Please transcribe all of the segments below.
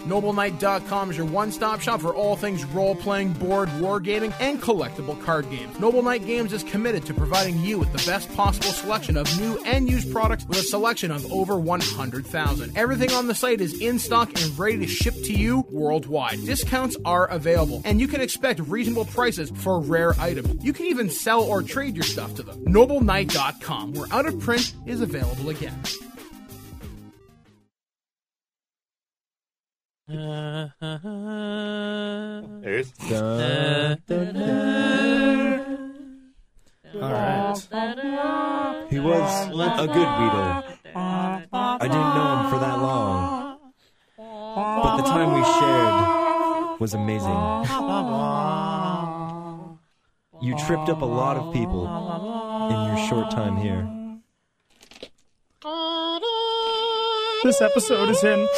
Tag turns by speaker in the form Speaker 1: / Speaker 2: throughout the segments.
Speaker 1: NobleKnight.com is your one stop shop for all things role playing, board, wargaming, and collectible card games. Noble Knight Games is committed to providing you with the best possible selection of new and used products with a selection of over 100,000. Everything on the site is in stock and ready to ship to you worldwide. Discounts are available, and you can expect reasonable prices for rare items. You can even sell or trade your stuff to them. NobleKnight.com, where out of print is available again.
Speaker 2: There's
Speaker 3: All right. He was a good Weedle. I didn't know him for that long. But the time we shared was amazing. You tripped up a lot of people in your short time here.
Speaker 4: This episode is in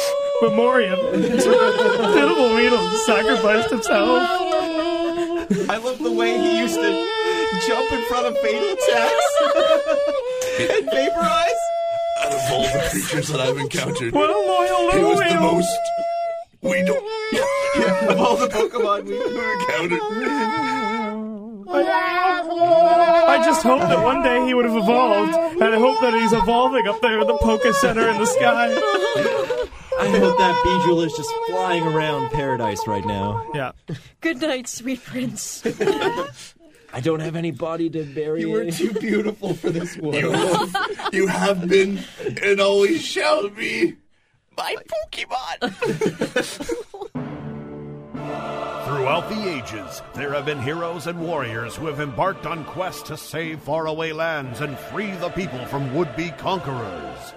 Speaker 4: memoriam to the Pitiful Weedle who sacrificed himself.
Speaker 3: I love the way he used to jump in front of fatal attacks and vaporize.
Speaker 2: out of all the creatures that I've encountered,
Speaker 4: What a loyal
Speaker 2: he
Speaker 4: little
Speaker 2: was the
Speaker 4: weedle.
Speaker 2: most we don't
Speaker 3: Yeah, of all the Pokemon we
Speaker 2: encountered.
Speaker 4: I just hope that one day he would have evolved, and I hope that he's evolving up there in the Poke Center in the sky.
Speaker 3: I hope that Beedrill is just flying around paradise right now.
Speaker 4: Yeah.
Speaker 5: Good night, sweet prince.
Speaker 3: I don't have anybody to bury.
Speaker 6: You were too beautiful for this
Speaker 2: You
Speaker 6: world.
Speaker 2: have, you have been and always shall be my Pokemon.
Speaker 7: Throughout the ages, there have been heroes and warriors who have embarked on quests to save faraway lands and free the people from would be conquerors.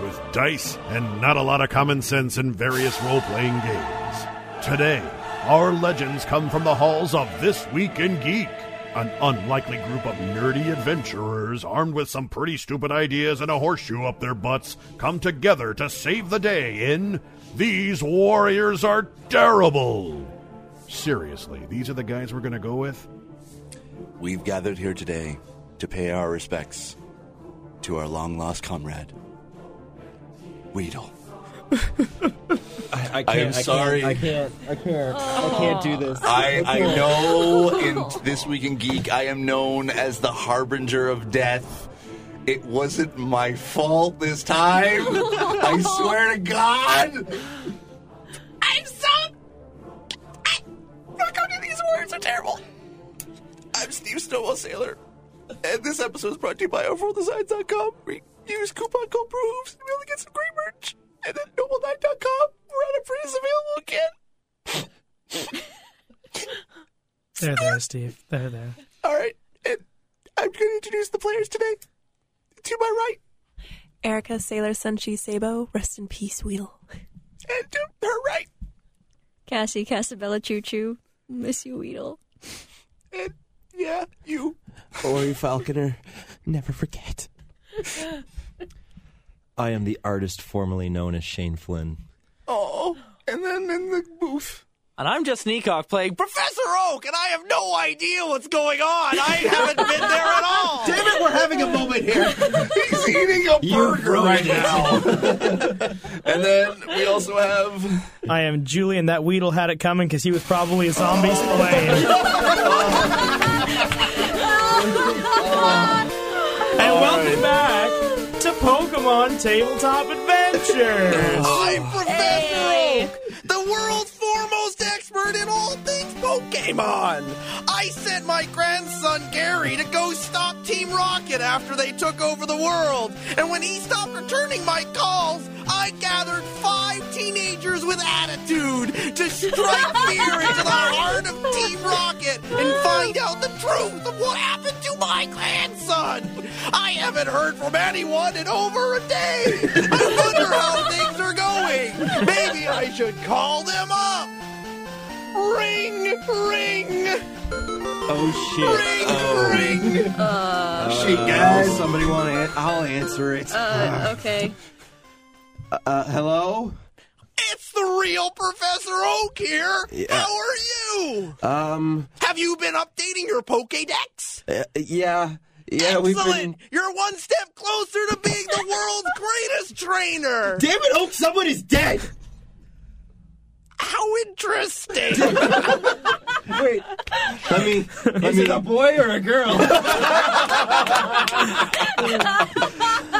Speaker 7: With dice and not a lot of common sense in various role playing games. Today, our legends come from the halls of This Week in Geek, an unlikely group of nerdy adventurers armed with some pretty stupid ideas and a horseshoe up their butts come together to save the day in These Warriors Are Terrible. Seriously, these are the guys we're going to go with?
Speaker 2: We've gathered here today to pay our respects to our long lost comrade, Weedle.
Speaker 3: I, can't,
Speaker 2: I am
Speaker 3: can't-
Speaker 2: sorry.
Speaker 3: I can't. I can't.
Speaker 6: Oh.
Speaker 3: I can't do this.
Speaker 2: I, I know in This Week in Geek, I am known as the harbinger of death. It wasn't my fault this time. I swear to God. I'm so. I- How come do these words are terrible? I'm Steve Snowball Sailor, and this episode is brought to you by OverallDesigns.com. Re- Use coupon code PROOFS and be able to get some great merch. And then NobleKnight.com, where out of print is available again.
Speaker 4: There, there, Steve. There, there.
Speaker 2: All right, and I'm going to introduce the players today. To my right,
Speaker 8: Erica Sailor Senshi Sabo, rest in peace, Weedle.
Speaker 2: and to her right,
Speaker 5: Cassie Casabella Choo Choo. Miss you, Weedle.
Speaker 2: and yeah, you.
Speaker 6: Ori Falconer, never forget.
Speaker 3: I am the artist formerly known as Shane Flynn.
Speaker 2: Oh, and then in the booth.
Speaker 9: And I'm just Neacock playing
Speaker 2: Professor Oak, and I have no idea what's going on. I haven't been there at all.
Speaker 6: Damn it, we're having a moment here.
Speaker 2: He's eating a burger right now. and then we also have.
Speaker 4: I am Julian. That Weedle had it coming because he was probably a zombie slain.
Speaker 2: Oh.
Speaker 4: And welcome back to Pokemon Tabletop Adventures.
Speaker 2: I'm Professor Oak, the world's foremost expert in all things Pokemon. I sent my grandson Gary to go stop Team Rocket after they took over the world. And when he stopped returning my calls, I gathered five teenagers with attitude to strike fear into the heart of Team Rocket and find out the truth of what happened to my grandson. I haven't heard from anyone in over a day. I wonder how things are going. Maybe I should call them up. Ring, ring,
Speaker 3: Oh shit!
Speaker 2: ring, ring.
Speaker 6: She guys, somebody want to? An- I'll answer it.
Speaker 5: Uh, okay.
Speaker 6: Uh, hello.
Speaker 2: It's the real Professor Oak here. How are you?
Speaker 6: Um.
Speaker 2: Have you been updating your Pokédex?
Speaker 6: uh, yeah. Yeah.
Speaker 2: Excellent!
Speaker 6: We've been.
Speaker 2: You're one step closer to being
Speaker 6: oh,
Speaker 2: the world's greatest trainer!
Speaker 6: Damn it, Oak! Someone is dead.
Speaker 2: interesting.
Speaker 10: Wait, let me. Let
Speaker 11: Is
Speaker 10: me,
Speaker 11: it a boy or a girl?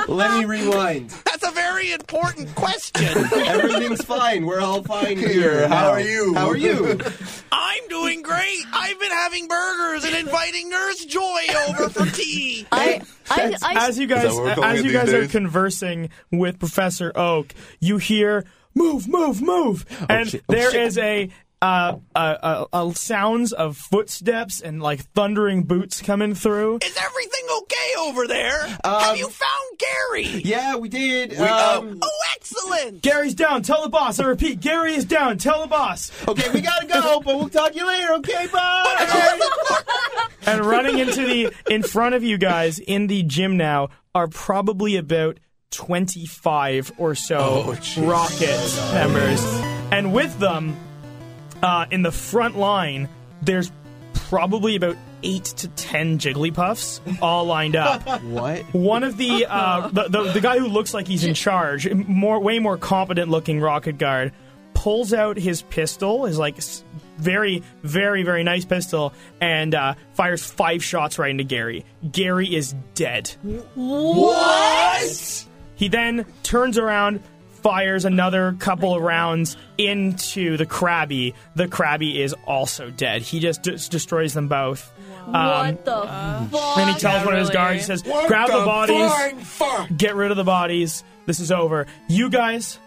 Speaker 10: Let me rewind.
Speaker 2: That's a very important question.
Speaker 10: Everything's fine. We're all fine here.
Speaker 11: How
Speaker 10: now.
Speaker 11: are you?
Speaker 10: How are you?
Speaker 2: I'm doing great. I've been having burgers and inviting Nurse Joy over for tea.
Speaker 5: I, I, I,
Speaker 4: As you guys,
Speaker 11: that what we're calling
Speaker 4: as
Speaker 11: it
Speaker 4: you
Speaker 11: these
Speaker 4: guys are
Speaker 11: days?
Speaker 4: conversing with Professor Oak, you hear move, move, move, and
Speaker 10: shit. Oh,
Speaker 4: there
Speaker 10: shit.
Speaker 4: is a. Uh, uh, uh, uh, sounds of footsteps and like thundering boots coming through.
Speaker 2: Is everything okay over there? Have you found Gary?
Speaker 10: Yeah, Um, we did. um,
Speaker 2: Oh, excellent.
Speaker 4: Gary's down. Tell the boss. I repeat, Gary is down. Tell the boss.
Speaker 10: okay, we gotta go, but we'll talk to you later. Okay, bye.
Speaker 4: And running into the in front of you guys in the gym now are probably about 25 or so Rocket members. And with them, uh, in the front line, there's probably about eight to 10 Jigglypuffs all lined up.
Speaker 10: what?
Speaker 4: One of the, uh, the, the the guy who looks like he's in charge, more way more competent looking rocket guard, pulls out his pistol, his like s- very very very nice pistol, and uh, fires five shots right into Gary. Gary is dead.
Speaker 2: What?
Speaker 4: He then turns around, fires another couple of rounds into the Krabby. The Krabby is also dead. He just des- destroys them both. Um,
Speaker 5: what the fuck?
Speaker 4: and he tells one of his
Speaker 8: really.
Speaker 4: guards, he says, "Grab the, bodies."
Speaker 2: fuck?
Speaker 4: get rid of the bodies. This is over. You guys,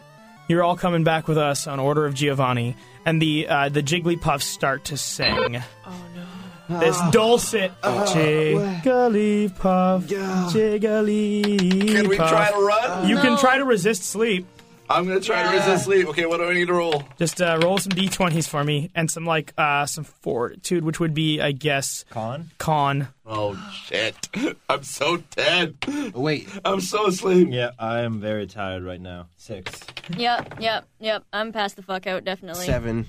Speaker 4: you're all coming back with us on Order of Giovanni, and the uh, the Jigglypuffs start to sing. Oh no! This
Speaker 11: Ah.
Speaker 4: dulcet Jigglypuff, Jigglypuff.
Speaker 11: Can we try to run?
Speaker 4: You can
Speaker 5: No.
Speaker 4: try to resist sleep.
Speaker 11: I'm gonna try to resist sleep. Okay, what do I need to roll?
Speaker 4: Just uh, roll some d20s for me, and some like uh, some fortitude, which would be, I guess,
Speaker 10: Con?
Speaker 4: con.
Speaker 11: Oh shit! I'm so dead.
Speaker 10: Oh, Wait.
Speaker 11: I'm so asleep.
Speaker 10: Yeah, I am very tired right now. Six,
Speaker 5: Yep, yep, yep. I'm past the fuck out, definitely.
Speaker 10: seven.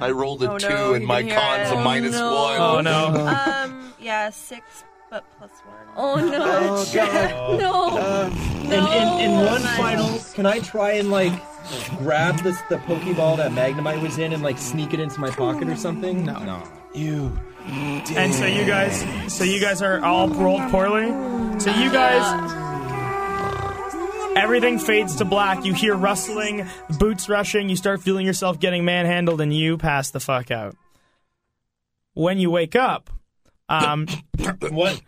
Speaker 11: I rolled a
Speaker 8: Oh, no,
Speaker 11: two,
Speaker 8: you
Speaker 11: and
Speaker 8: can
Speaker 11: my
Speaker 8: hear
Speaker 11: con's
Speaker 8: it.
Speaker 11: a
Speaker 8: Oh,
Speaker 11: minus
Speaker 5: no.
Speaker 11: one.
Speaker 4: Oh no!
Speaker 8: Um, yeah, six, but plus one.
Speaker 5: Oh no! no!
Speaker 4: Uh,
Speaker 10: Um, In, in, in one final, can I try and like grab this the Pokeball that Magnemite was in and like sneak it into my pocket or something? No. No. You.
Speaker 4: And so you guys, so you guys are all rolled poorly. So you guys,
Speaker 5: Uh,
Speaker 4: Everything fades to black. You hear rustling, boots rushing. You start feeling yourself getting manhandled, and you pass the fuck out. When you wake up, um,
Speaker 10: What?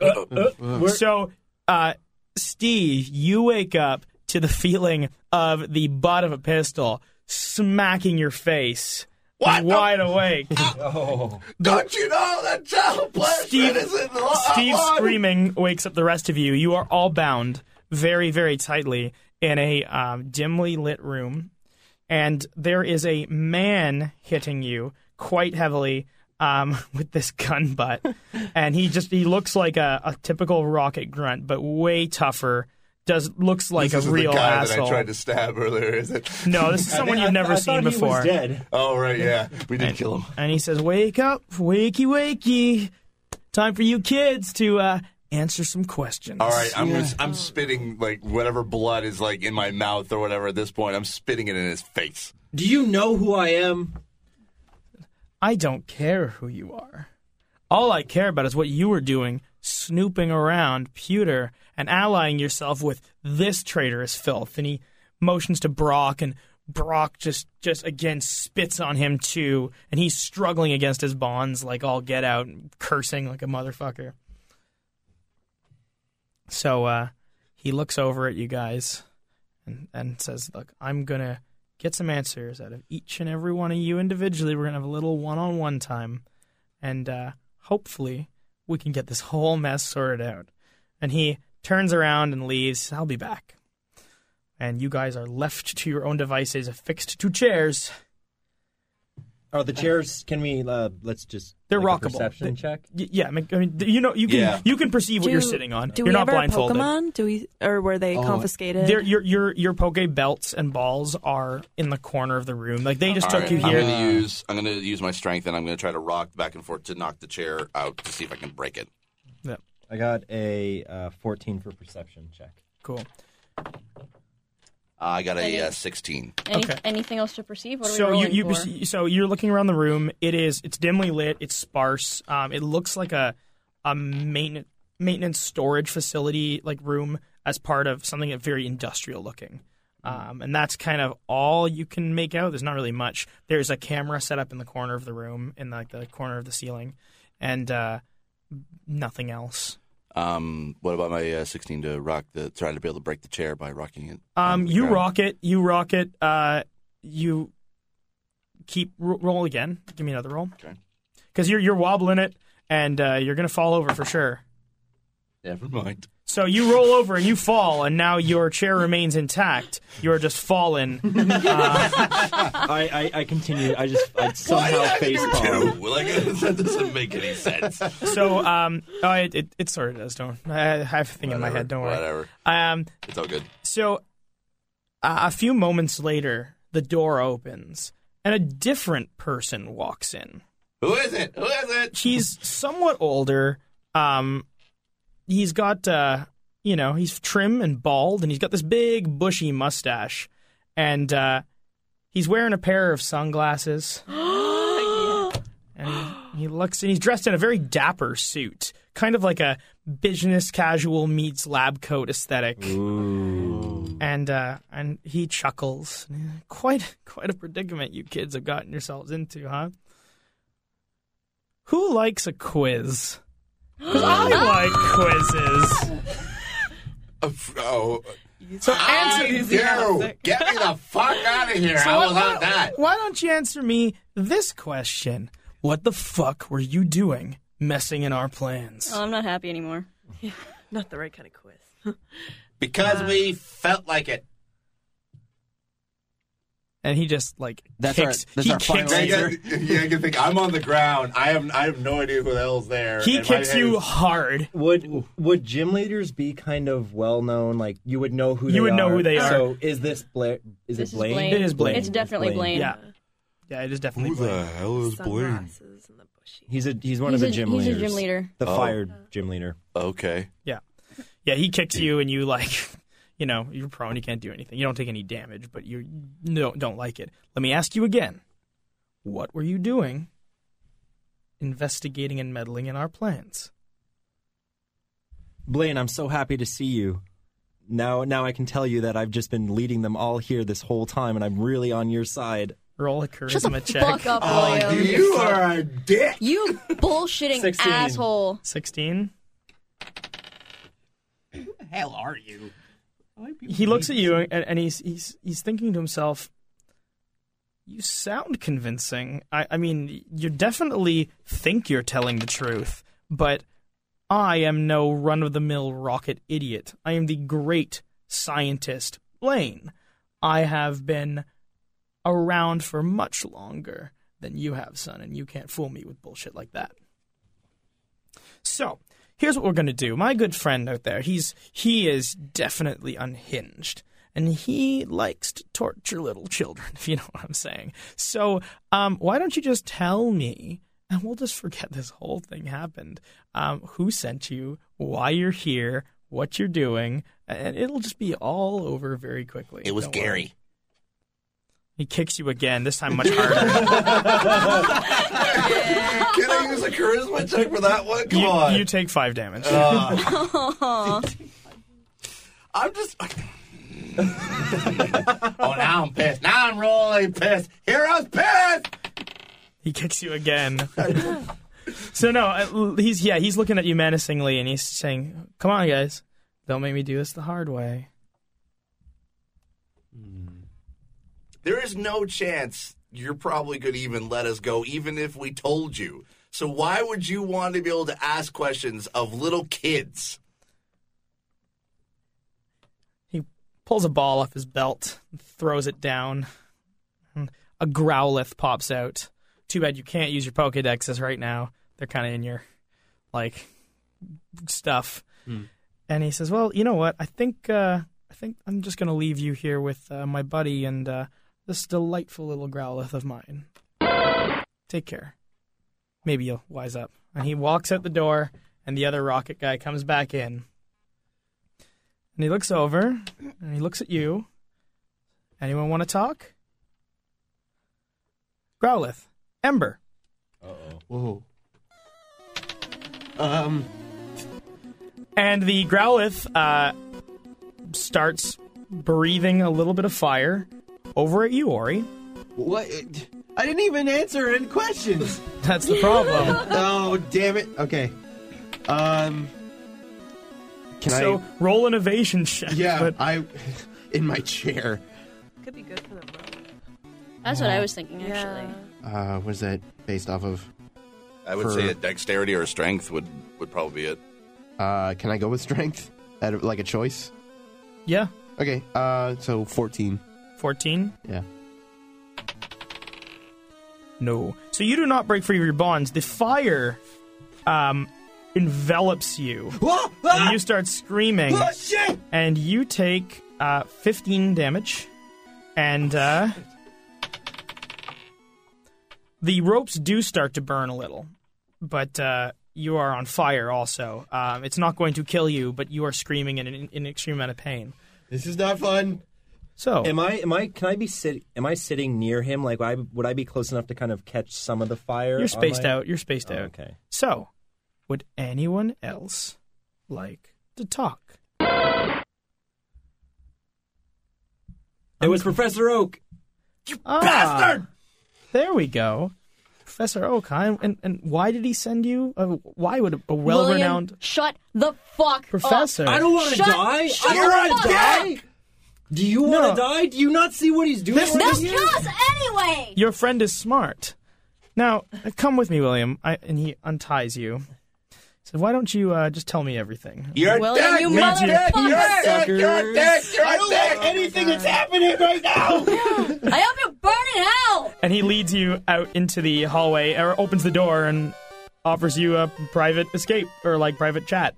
Speaker 4: so uh, Steve, you wake up to the feeling of the butt of a pistol smacking your face.
Speaker 2: What the-
Speaker 4: Wide awake,
Speaker 11: Don't you know that child placement
Speaker 4: Steve.
Speaker 11: is in the
Speaker 4: Steve
Speaker 11: law?
Speaker 4: screaming wakes up the rest of you. You are all bound very, very tightly in a um, dimly lit room, and there is a man hitting you quite heavily um, with this gun butt, and he just he looks like a, a typical rocket grunt, but way tougher. Does looks like
Speaker 11: This
Speaker 4: a
Speaker 11: is
Speaker 4: real
Speaker 11: the guy
Speaker 4: asshole.
Speaker 11: that I tried to stab earlier, is it?
Speaker 4: No, this is someone you've never seen before.
Speaker 10: dead.
Speaker 11: Oh right, yeah, we did kill him.
Speaker 4: and he says, "Wake up, wakey, wakey! Time for you kids to uh, answer some questions."
Speaker 11: All right, I'm gonna, I'm spitting like whatever blood is like in my mouth or whatever. At this point, I'm spitting it in his face.
Speaker 10: Do you know who I am?
Speaker 4: I don't care who you are. All I care about is what you were doing, snooping around Pewter and allying yourself with this traitorous filth. And he motions to Brock, and Brock just, just again spits on him too. And he's struggling against his bonds like all get out, cursing like a motherfucker. So uh, he looks over at you guys and, and says, Look, I'm going to get some answers out of each and every one of you individually. We're going to have a little one on one time. And uh, hopefully, we can get this whole mess sorted out. And he turns around and leaves. I'll be back. And you guys are left to your own devices, affixed to chairs.
Speaker 10: Are Oh, the chairs? Can we? Uh, let's just.
Speaker 4: They're
Speaker 10: like a
Speaker 4: rockable.
Speaker 10: perception check.
Speaker 4: Y- yeah, I mean, I mean, you know, you can
Speaker 11: Yeah.
Speaker 4: you can perceive what
Speaker 12: Do-
Speaker 4: you're sitting on.
Speaker 12: Do
Speaker 4: you're
Speaker 12: we
Speaker 4: not
Speaker 12: have our
Speaker 4: blindfolded.
Speaker 12: Pokemon? Do we, or were
Speaker 8: Oh,
Speaker 4: Oh.
Speaker 12: they confiscated?
Speaker 4: Their, your your your poke belts and balls are in the corner of the room. Like they just
Speaker 11: All right,
Speaker 4: took you here.
Speaker 11: I'm gonna use I'm gonna use my strength and I'm gonna try to rock back and forth to knock the chair out to see if I can break it.
Speaker 10: I got a uh, 14 for perception check.
Speaker 4: Cool.
Speaker 13: I got
Speaker 5: Any-
Speaker 13: a uh, 16.
Speaker 5: Any,
Speaker 4: Okay.
Speaker 5: Anything else to perceive? What are
Speaker 4: so
Speaker 5: we
Speaker 4: you
Speaker 5: rolling
Speaker 4: you
Speaker 5: for?
Speaker 4: so you're looking around the room. It is it's dimly lit. It's sparse. Um, it looks like a a maintenance maintenance storage facility like room as part of something that very industrial looking. Um, and that's kind of all you can make out. There's not really much. There's a camera set up in the corner of the room, in like the corner of the ceiling, and uh, nothing else.
Speaker 13: Um, what about my uh, 16 to rock the, trying to be able to break the chair by rocking it?
Speaker 4: Um,
Speaker 13: onto the
Speaker 4: you
Speaker 13: ground?
Speaker 4: rock it. You rock it. Uh, you keep ro- roll again. Give me another roll.
Speaker 13: Okay.
Speaker 4: Because you're you're wobbling it, and uh, you're gonna fall over for sure.
Speaker 13: Never mind.
Speaker 4: So you roll over and you fall, and now your chair remains intact. You're just fallen.
Speaker 13: Uh,
Speaker 3: I, I, I continue. I just I somehow face palm.
Speaker 13: Well, like, that doesn't make any sense.
Speaker 4: so um, oh, it, it it sort of does. Don't I have a thing in my head. Don't worry.
Speaker 13: Whatever.
Speaker 4: Um,
Speaker 13: It's all good.
Speaker 4: So, uh, a few moments later, the door opens and a different person walks in.
Speaker 13: Who is it? Who is it?
Speaker 4: She's somewhat older. Um, he's got, uh, you know, he's trim and bald, and he's got this big bushy mustache, and uh, he's wearing a pair of sunglasses. and he- he looks and he's dressed in a very dapper suit, kind of like a business casual meets lab coat aesthetic. And uh, and he chuckles. Quite quite a predicament you kids have gotten yourselves into, huh? Who likes a quiz? 'Cause I
Speaker 2: Ah.
Speaker 4: like quizzes.
Speaker 13: Oh.
Speaker 4: So answer
Speaker 13: I do. Get me the fuck out of here. I will
Speaker 4: why-
Speaker 13: not that.
Speaker 4: Why don't you answer me this question? What the fuck were you doing messing in our plans?
Speaker 5: Oh, I'm not happy anymore.
Speaker 8: Not the right kind of quiz.
Speaker 13: Because we felt like it.
Speaker 4: And he just like
Speaker 13: That's
Speaker 4: kicks.
Speaker 13: our- that's
Speaker 4: he
Speaker 13: our
Speaker 4: kicks
Speaker 13: final
Speaker 4: you.
Speaker 13: answer. Yeah, I can think. I'm on the ground. I have I have no idea who the hell's there.
Speaker 4: He kicks you hard.
Speaker 3: Would would gym leaders be kind of well known? Like you would know who
Speaker 4: You
Speaker 3: they
Speaker 4: would
Speaker 3: are.
Speaker 4: know who they are.
Speaker 3: So is this Blair? Is
Speaker 5: This
Speaker 3: it
Speaker 5: is
Speaker 3: Blaine?
Speaker 5: Blaine. It is Blaine. It's definitely Blaine.
Speaker 4: Yeah. Yeah, it is definitely
Speaker 3: Who the hell
Speaker 8: is Blaine?
Speaker 3: He's a he's one
Speaker 5: He's
Speaker 3: of
Speaker 5: a-
Speaker 3: the gym
Speaker 5: he's a
Speaker 3: leaders.
Speaker 5: gym leader.
Speaker 3: The
Speaker 5: Oh.
Speaker 3: fired gym leader.
Speaker 13: Okay.
Speaker 4: Yeah. Yeah, he kicks you and you like you know, you're prone, you can't do anything. You don't take any damage, but you no, don't like it. Let me ask you again. What were you doing investigating and meddling in our plans?
Speaker 3: Blaine, I'm so happy to see you. Now now I can tell you that I've just been leading them all here this whole time and I'm really on your side.
Speaker 4: Roll a charisma check.
Speaker 5: Fuck up, William.
Speaker 13: a dick.
Speaker 5: You bullshitting
Speaker 4: 16.
Speaker 5: asshole.
Speaker 4: 16.
Speaker 2: hell are you?
Speaker 4: He looks at you and, and he's he's he's thinking to himself, "You sound convincing. I, I mean, you definitely think you're telling the truth, but I am no run-of-the-mill rocket idiot. I am the great scientist Blaine. I have been around for much longer than you have, son, and you can't fool me with bullshit like that." So here's what we're going to do. My good friend out there, he's he is definitely unhinged, and he likes to torture little children. If you know what I'm saying. So um, why don't you just tell me, and we'll just forget this whole thing happened. Um, who sent you? Why you're here? What you're doing? And it'll just be all over very quickly.
Speaker 13: It was
Speaker 4: Don't worry.
Speaker 13: Gary.
Speaker 4: He kicks you again. This time much harder.
Speaker 13: Can I use a charisma check for that one? Come
Speaker 4: you,
Speaker 13: on. Uh,
Speaker 4: you take five damage.
Speaker 13: I'm just. oh, now I'm pissed. Now I'm really pissed. Heroes pissed.
Speaker 4: He kicks you again. so no, I- he's yeah, he's looking at you menacingly, and he's saying, "Come on, guys, don't make me do this the hard way."
Speaker 13: There is no chance you're probably going to even let us go, even if we told you. So why would you want to be able to ask questions of little kids?
Speaker 4: Pulls a ball off his belt, and throws it down. And A growlithe pops out. Too bad you can't use your Pokedexes right now. They're kind of in your like stuff. And he says, "Well, you know what? I think uh, I think I'm just going to leave you here with uh, my buddy and uh, this delightful little growlithe of mine. Take care. Maybe you'll wise up." And he walks out the door, and the other rocket guy comes back in, and he looks over, and he looks at you, Anyone want to talk? Growlithe. Ember.
Speaker 6: Whoa. Um.
Speaker 4: And the Growlithe uh, starts breathing a little bit of fire over at you, Ori.
Speaker 6: What? I didn't even answer any questions.
Speaker 4: That's the problem.
Speaker 6: oh, damn it. Okay. Um. Can
Speaker 4: so roll innovation check.
Speaker 6: I? Yeah,
Speaker 4: but-
Speaker 6: I. In my chair.
Speaker 14: Could be good for them.
Speaker 5: That's what I was thinking,
Speaker 14: Yeah.
Speaker 5: actually.
Speaker 6: Uh, what is that based off of?
Speaker 13: I would
Speaker 6: For-
Speaker 13: say a dexterity or a strength would would probably be it.
Speaker 6: Uh, can I go with strength? At a- like a choice?
Speaker 4: yeah,
Speaker 6: Okay. Uh, so fourteen.
Speaker 4: 14.
Speaker 6: Yeah.
Speaker 4: No. So you do not break free of your bonds. The fire um, envelops you.
Speaker 6: Whoa! Ah! Oh,
Speaker 4: And you start screaming.
Speaker 6: shit!
Speaker 4: and you take uh, 15 damage, and uh, the ropes do start to burn a little, but uh, you are on fire also. Um, it's not going to kill you, but you are screaming in an, in an extreme amount of pain.
Speaker 6: This is not fun.
Speaker 4: So,
Speaker 3: Am I? Am I? Can I be sit? Am I sitting near him? Like, I, would I be close enough to kind of catch some of the fire?
Speaker 4: you're spaced
Speaker 3: on my-
Speaker 4: out. You're spaced
Speaker 3: Oh,
Speaker 4: out.
Speaker 3: Okay.
Speaker 4: So, would anyone else like to talk?
Speaker 3: It was Professor Oak.
Speaker 4: Ah,
Speaker 3: Bastard!
Speaker 4: There we go. Professor Okine, and, and why did he send you? Uh, why would a well
Speaker 5: William,
Speaker 4: renowned
Speaker 5: Shut the fuck
Speaker 4: Professor.
Speaker 5: up.
Speaker 4: I
Speaker 3: Oh, don't wanna
Speaker 5: Shut-
Speaker 3: die.
Speaker 5: Shut
Speaker 3: I don't
Speaker 5: the
Speaker 3: wanna
Speaker 5: fuck
Speaker 3: die.
Speaker 5: up.
Speaker 3: Do you
Speaker 4: No.
Speaker 3: want to die? Do you not see what he's doing?
Speaker 4: This-
Speaker 3: right
Speaker 4: this-
Speaker 3: here?
Speaker 5: Kill us anyway.
Speaker 4: Your friend is smart. Now, uh, come with me, William. I, and he unties you. He said, Why don't you uh, just tell me everything?
Speaker 13: You're
Speaker 5: William,
Speaker 13: dead.
Speaker 5: Oh, you
Speaker 13: You're
Speaker 5: motherfucker.
Speaker 13: dead. You're dead.
Speaker 3: Suckers.
Speaker 13: You're dead. You're
Speaker 6: I don't
Speaker 13: dead.
Speaker 6: like anything that's happening right now.
Speaker 5: I hope you burn in hell.
Speaker 4: And he leads you out into the hallway, or opens the door, and offers you a private escape, or like private chat.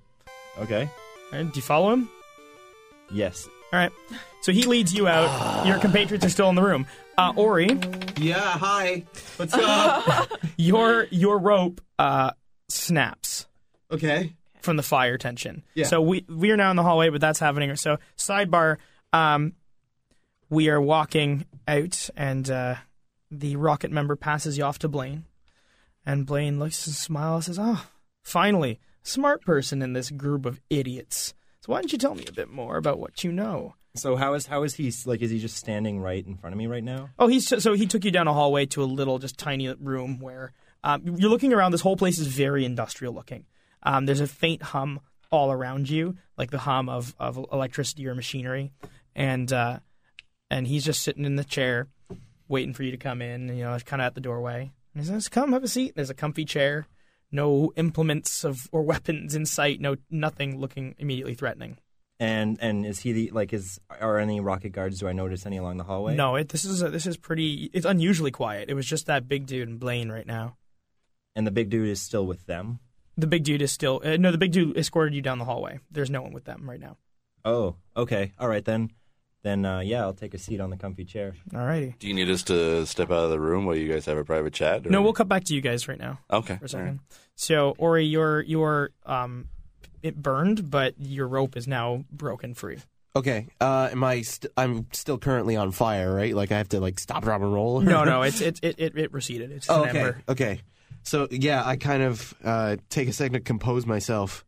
Speaker 3: Okay.
Speaker 4: All right, do you follow him?
Speaker 3: Yes.
Speaker 4: All right. So he leads you out.
Speaker 13: Ah.
Speaker 4: Your compatriots are still in the room. Uh, Ori,
Speaker 6: yeah. Hi. What's up?
Speaker 4: your your rope uh, snaps.
Speaker 6: okay.
Speaker 4: from the fire tension.
Speaker 6: Yeah.
Speaker 4: So we we are now in the hallway, but that's happening. So sidebar, um, we are walking out, and uh, the rocket member passes you off to Blaine, and Blaine looks and smiles, and says, "Oh, finally, smart person in this group of idiots." So why don't you tell me a bit more about what you know?
Speaker 3: So how is how is he like? Is he just standing right in front of me right now?
Speaker 4: Oh, he's so he took you down a hallway to a little, just tiny room where um, you're looking around. This whole place is very industrial looking. Um, there's a faint hum all around you, like the hum of, of electricity or machinery, and uh, and he's just sitting in the chair, waiting for you to come in. You know, kind of at the doorway. And he says, "Come, have a seat." There's a comfy chair, no implements of or weapons in sight, no nothing looking immediately threatening.
Speaker 3: And and is he the like is are any rocket guards? Do I notice any along the hallway?
Speaker 4: No, it, this is a, this is pretty. It's unusually quiet. It was just that big dude and Blaine right now.
Speaker 3: And the big dude is still with them.
Speaker 4: The big dude is still uh, no. The big dude escorted you down the hallway. There's no one with them right now.
Speaker 3: Oh, okay. All right then. Then uh, yeah, I'll take a seat on the comfy chair.
Speaker 4: Alrighty.
Speaker 13: Do you need us to step out of the room while you guys have a private chat? or-
Speaker 4: No, we'll cut back to you guys right now
Speaker 13: Okay.
Speaker 4: for a
Speaker 13: all right.
Speaker 4: second. So Ori, your your um, it burned, but your rope is now broken free.
Speaker 6: Okay. Uh, am I? St- I'm still currently on fire, right? Like I have to like stop, drop, and roll.
Speaker 4: No, no, it's it it it, it receded. It's just
Speaker 6: Oh,
Speaker 4: an
Speaker 6: okay.
Speaker 4: ember.
Speaker 6: Okay. So yeah, I kind of uh, take a second to compose myself,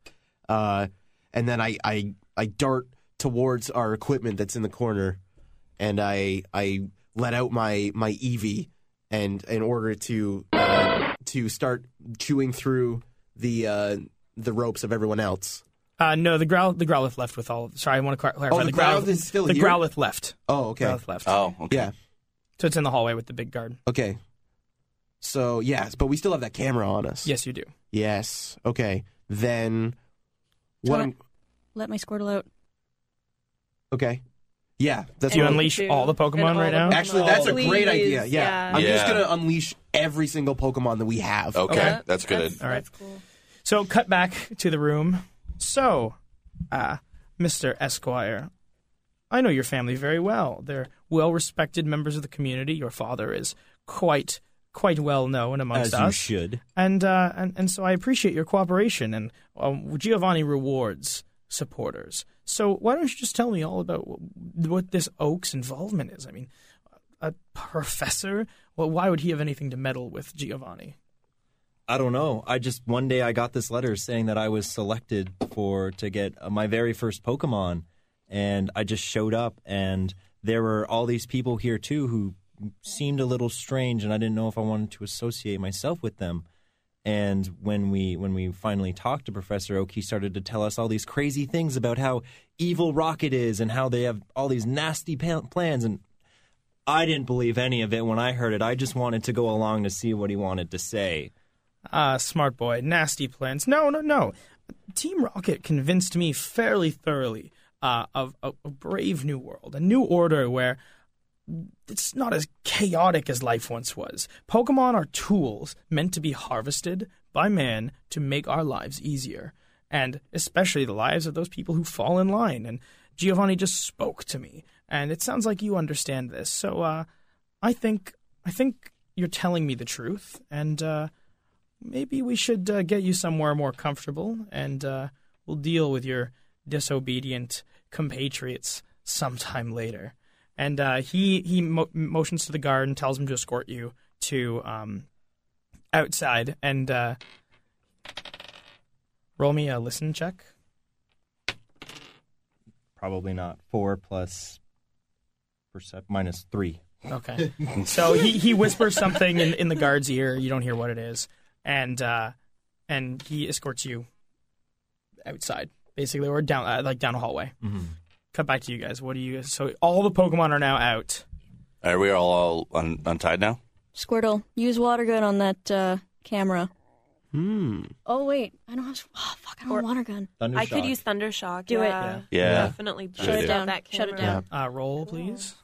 Speaker 6: uh, and then I, I I dart towards our equipment that's in the corner, and I I let out my my Eevee, and in order to uh, to start chewing through the uh, the ropes of everyone else.
Speaker 4: Uh, no, the growl the growlithe left with all. Sorry, I want to clar- clarify.
Speaker 6: Oh, the
Speaker 4: growl
Speaker 6: Growlithe is still
Speaker 4: the
Speaker 6: here?
Speaker 4: growlithe left.
Speaker 6: Oh, okay.
Speaker 4: Growlithe left.
Speaker 13: Oh, okay.
Speaker 6: Yeah.
Speaker 4: So it's in the hallway with the big guard.
Speaker 6: Okay. So yes, but we still have that camera on us.
Speaker 4: Yes, you do.
Speaker 6: Yes. Okay. Then what?
Speaker 5: Tell
Speaker 6: I'm,
Speaker 5: Let my Squirtle out.
Speaker 6: okay. Yeah. That's
Speaker 4: Do you
Speaker 6: what I'm-
Speaker 4: unleash
Speaker 14: do.
Speaker 4: all the
Speaker 14: And
Speaker 4: Pokemon
Speaker 14: all
Speaker 4: right
Speaker 14: the
Speaker 4: now?
Speaker 14: Pokemon.
Speaker 6: Actually, that's a
Speaker 14: Please,
Speaker 6: great
Speaker 14: yeah.
Speaker 6: idea. Yeah. I'm
Speaker 13: Yeah.
Speaker 6: just gonna unleash every single Pokemon that we have.
Speaker 13: Okay.
Speaker 4: Okay.
Speaker 13: That's good.
Speaker 14: That's,
Speaker 4: All right.
Speaker 14: that's cool.
Speaker 4: So cut back to the room. So, uh, Mr. Esquire, I know your family very well. They're well respected members of the community. Your father is quite quite well known amongst
Speaker 3: As you
Speaker 4: us.
Speaker 3: should.
Speaker 4: And, uh, and and so I appreciate your cooperation and um, Giovanni rewards supporters. So why don't you just tell me all about wh- what this Oak's involvement is? I mean, a professor? Well, why would he have anything to meddle with Giovanni?
Speaker 3: I don't know. I just one day I got this letter saying that I was selected for to get uh, my very first Pokemon, and I just showed up, and there were all these people here too who seemed a little strange, and I didn't know if I wanted to associate myself with them. And when we when we finally talked to Professor Oak, he started to tell us all these crazy things about how evil Rocket is and how they have all these nasty pa- plans. And I didn't believe any of it when I heard it. I just wanted to go along to see what he wanted to say.
Speaker 4: Ah, smart boy, nasty plans. No, no, no. Team Rocket convinced me fairly thoroughly uh, of a, a brave new world, a new order where it's not as chaotic as life once was. Pokemon are tools meant to be harvested by man to make our lives easier, and especially the lives of those people who fall in line. And Giovanni just spoke to me, and it sounds like you understand this. So, uh, I think I think you're telling me the truth, and uh, maybe we should uh, get you somewhere more comfortable, and uh, we'll deal with your disobedient compatriots sometime later. And uh, he he mo- motions to the guard and tells him to escort you to um, outside. And uh, roll me a listen check.
Speaker 3: Probably not four plus percep- minus three.
Speaker 4: Okay. so he, he whispers something in, in the guard's ear. You don't hear what it is, and uh, and he escorts you outside, basically, or down uh, like down a hallway. Cut back to you guys. What do you? So all the Pokemon are now out.
Speaker 13: Are we all, all un- untied now?
Speaker 5: Squirtle, use water gun on that uh, camera.
Speaker 13: Hmm.
Speaker 5: Oh wait, I don't have. Oh fuck, I don't have water gun.
Speaker 8: I could use thunder shock.
Speaker 5: Do it.
Speaker 8: yeah.
Speaker 5: Yeah.
Speaker 13: Yeah.
Speaker 8: Definitely.
Speaker 13: Shut it
Speaker 8: boost
Speaker 13: down.
Speaker 8: up That
Speaker 5: Shut it
Speaker 8: camera.
Speaker 5: down.
Speaker 4: Uh, roll, please.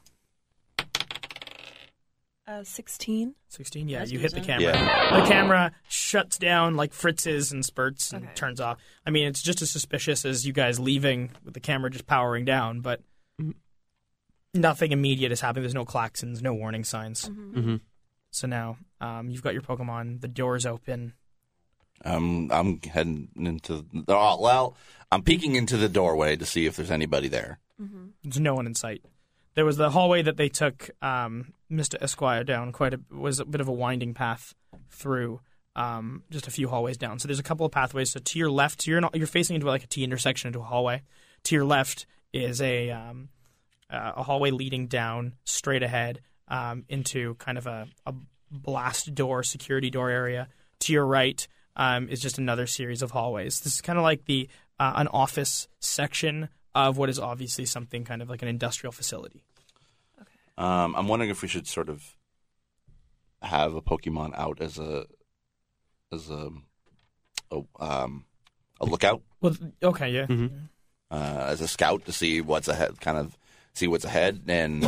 Speaker 8: Uh, Sixteen.
Speaker 4: 16 yeah
Speaker 8: That's
Speaker 4: you hit the
Speaker 8: decent.
Speaker 4: camera
Speaker 8: Yeah.
Speaker 4: the camera shuts down like fritzes and spurts and turns off i mean it's just as suspicious as you guys leaving with the camera just powering down but
Speaker 5: Mm-hmm.
Speaker 4: nothing immediate is happening there's no klaxons no warning signs
Speaker 8: Mm-hmm.
Speaker 13: Mhm.
Speaker 4: so now um, you've got your pokemon the doors open
Speaker 13: Um, I'm heading into. Oh, well, I'm peeking into the doorway to see if there's anybody there.
Speaker 4: There's no one in sight. There was the hallway that they took um, Mr. Esquire down. Quite a was a bit of a winding path through, um, just a few hallways down. So there's a couple of pathways. So to your left, so you're not, you're facing into like a T intersection into a hallway. To your left is a um, uh, a hallway leading down straight ahead um, into kind of a, a blast door security door area. To your right um, is just another series of hallways. This is kind of like the uh, an office section of what is obviously something kind of like an industrial facility.
Speaker 13: Um, I'm wondering if we should sort of have a Pokemon out as a as a, a um a lookout.
Speaker 4: Well, okay, yeah.
Speaker 13: uh, as a scout to see what's ahead, kind of see what's ahead, and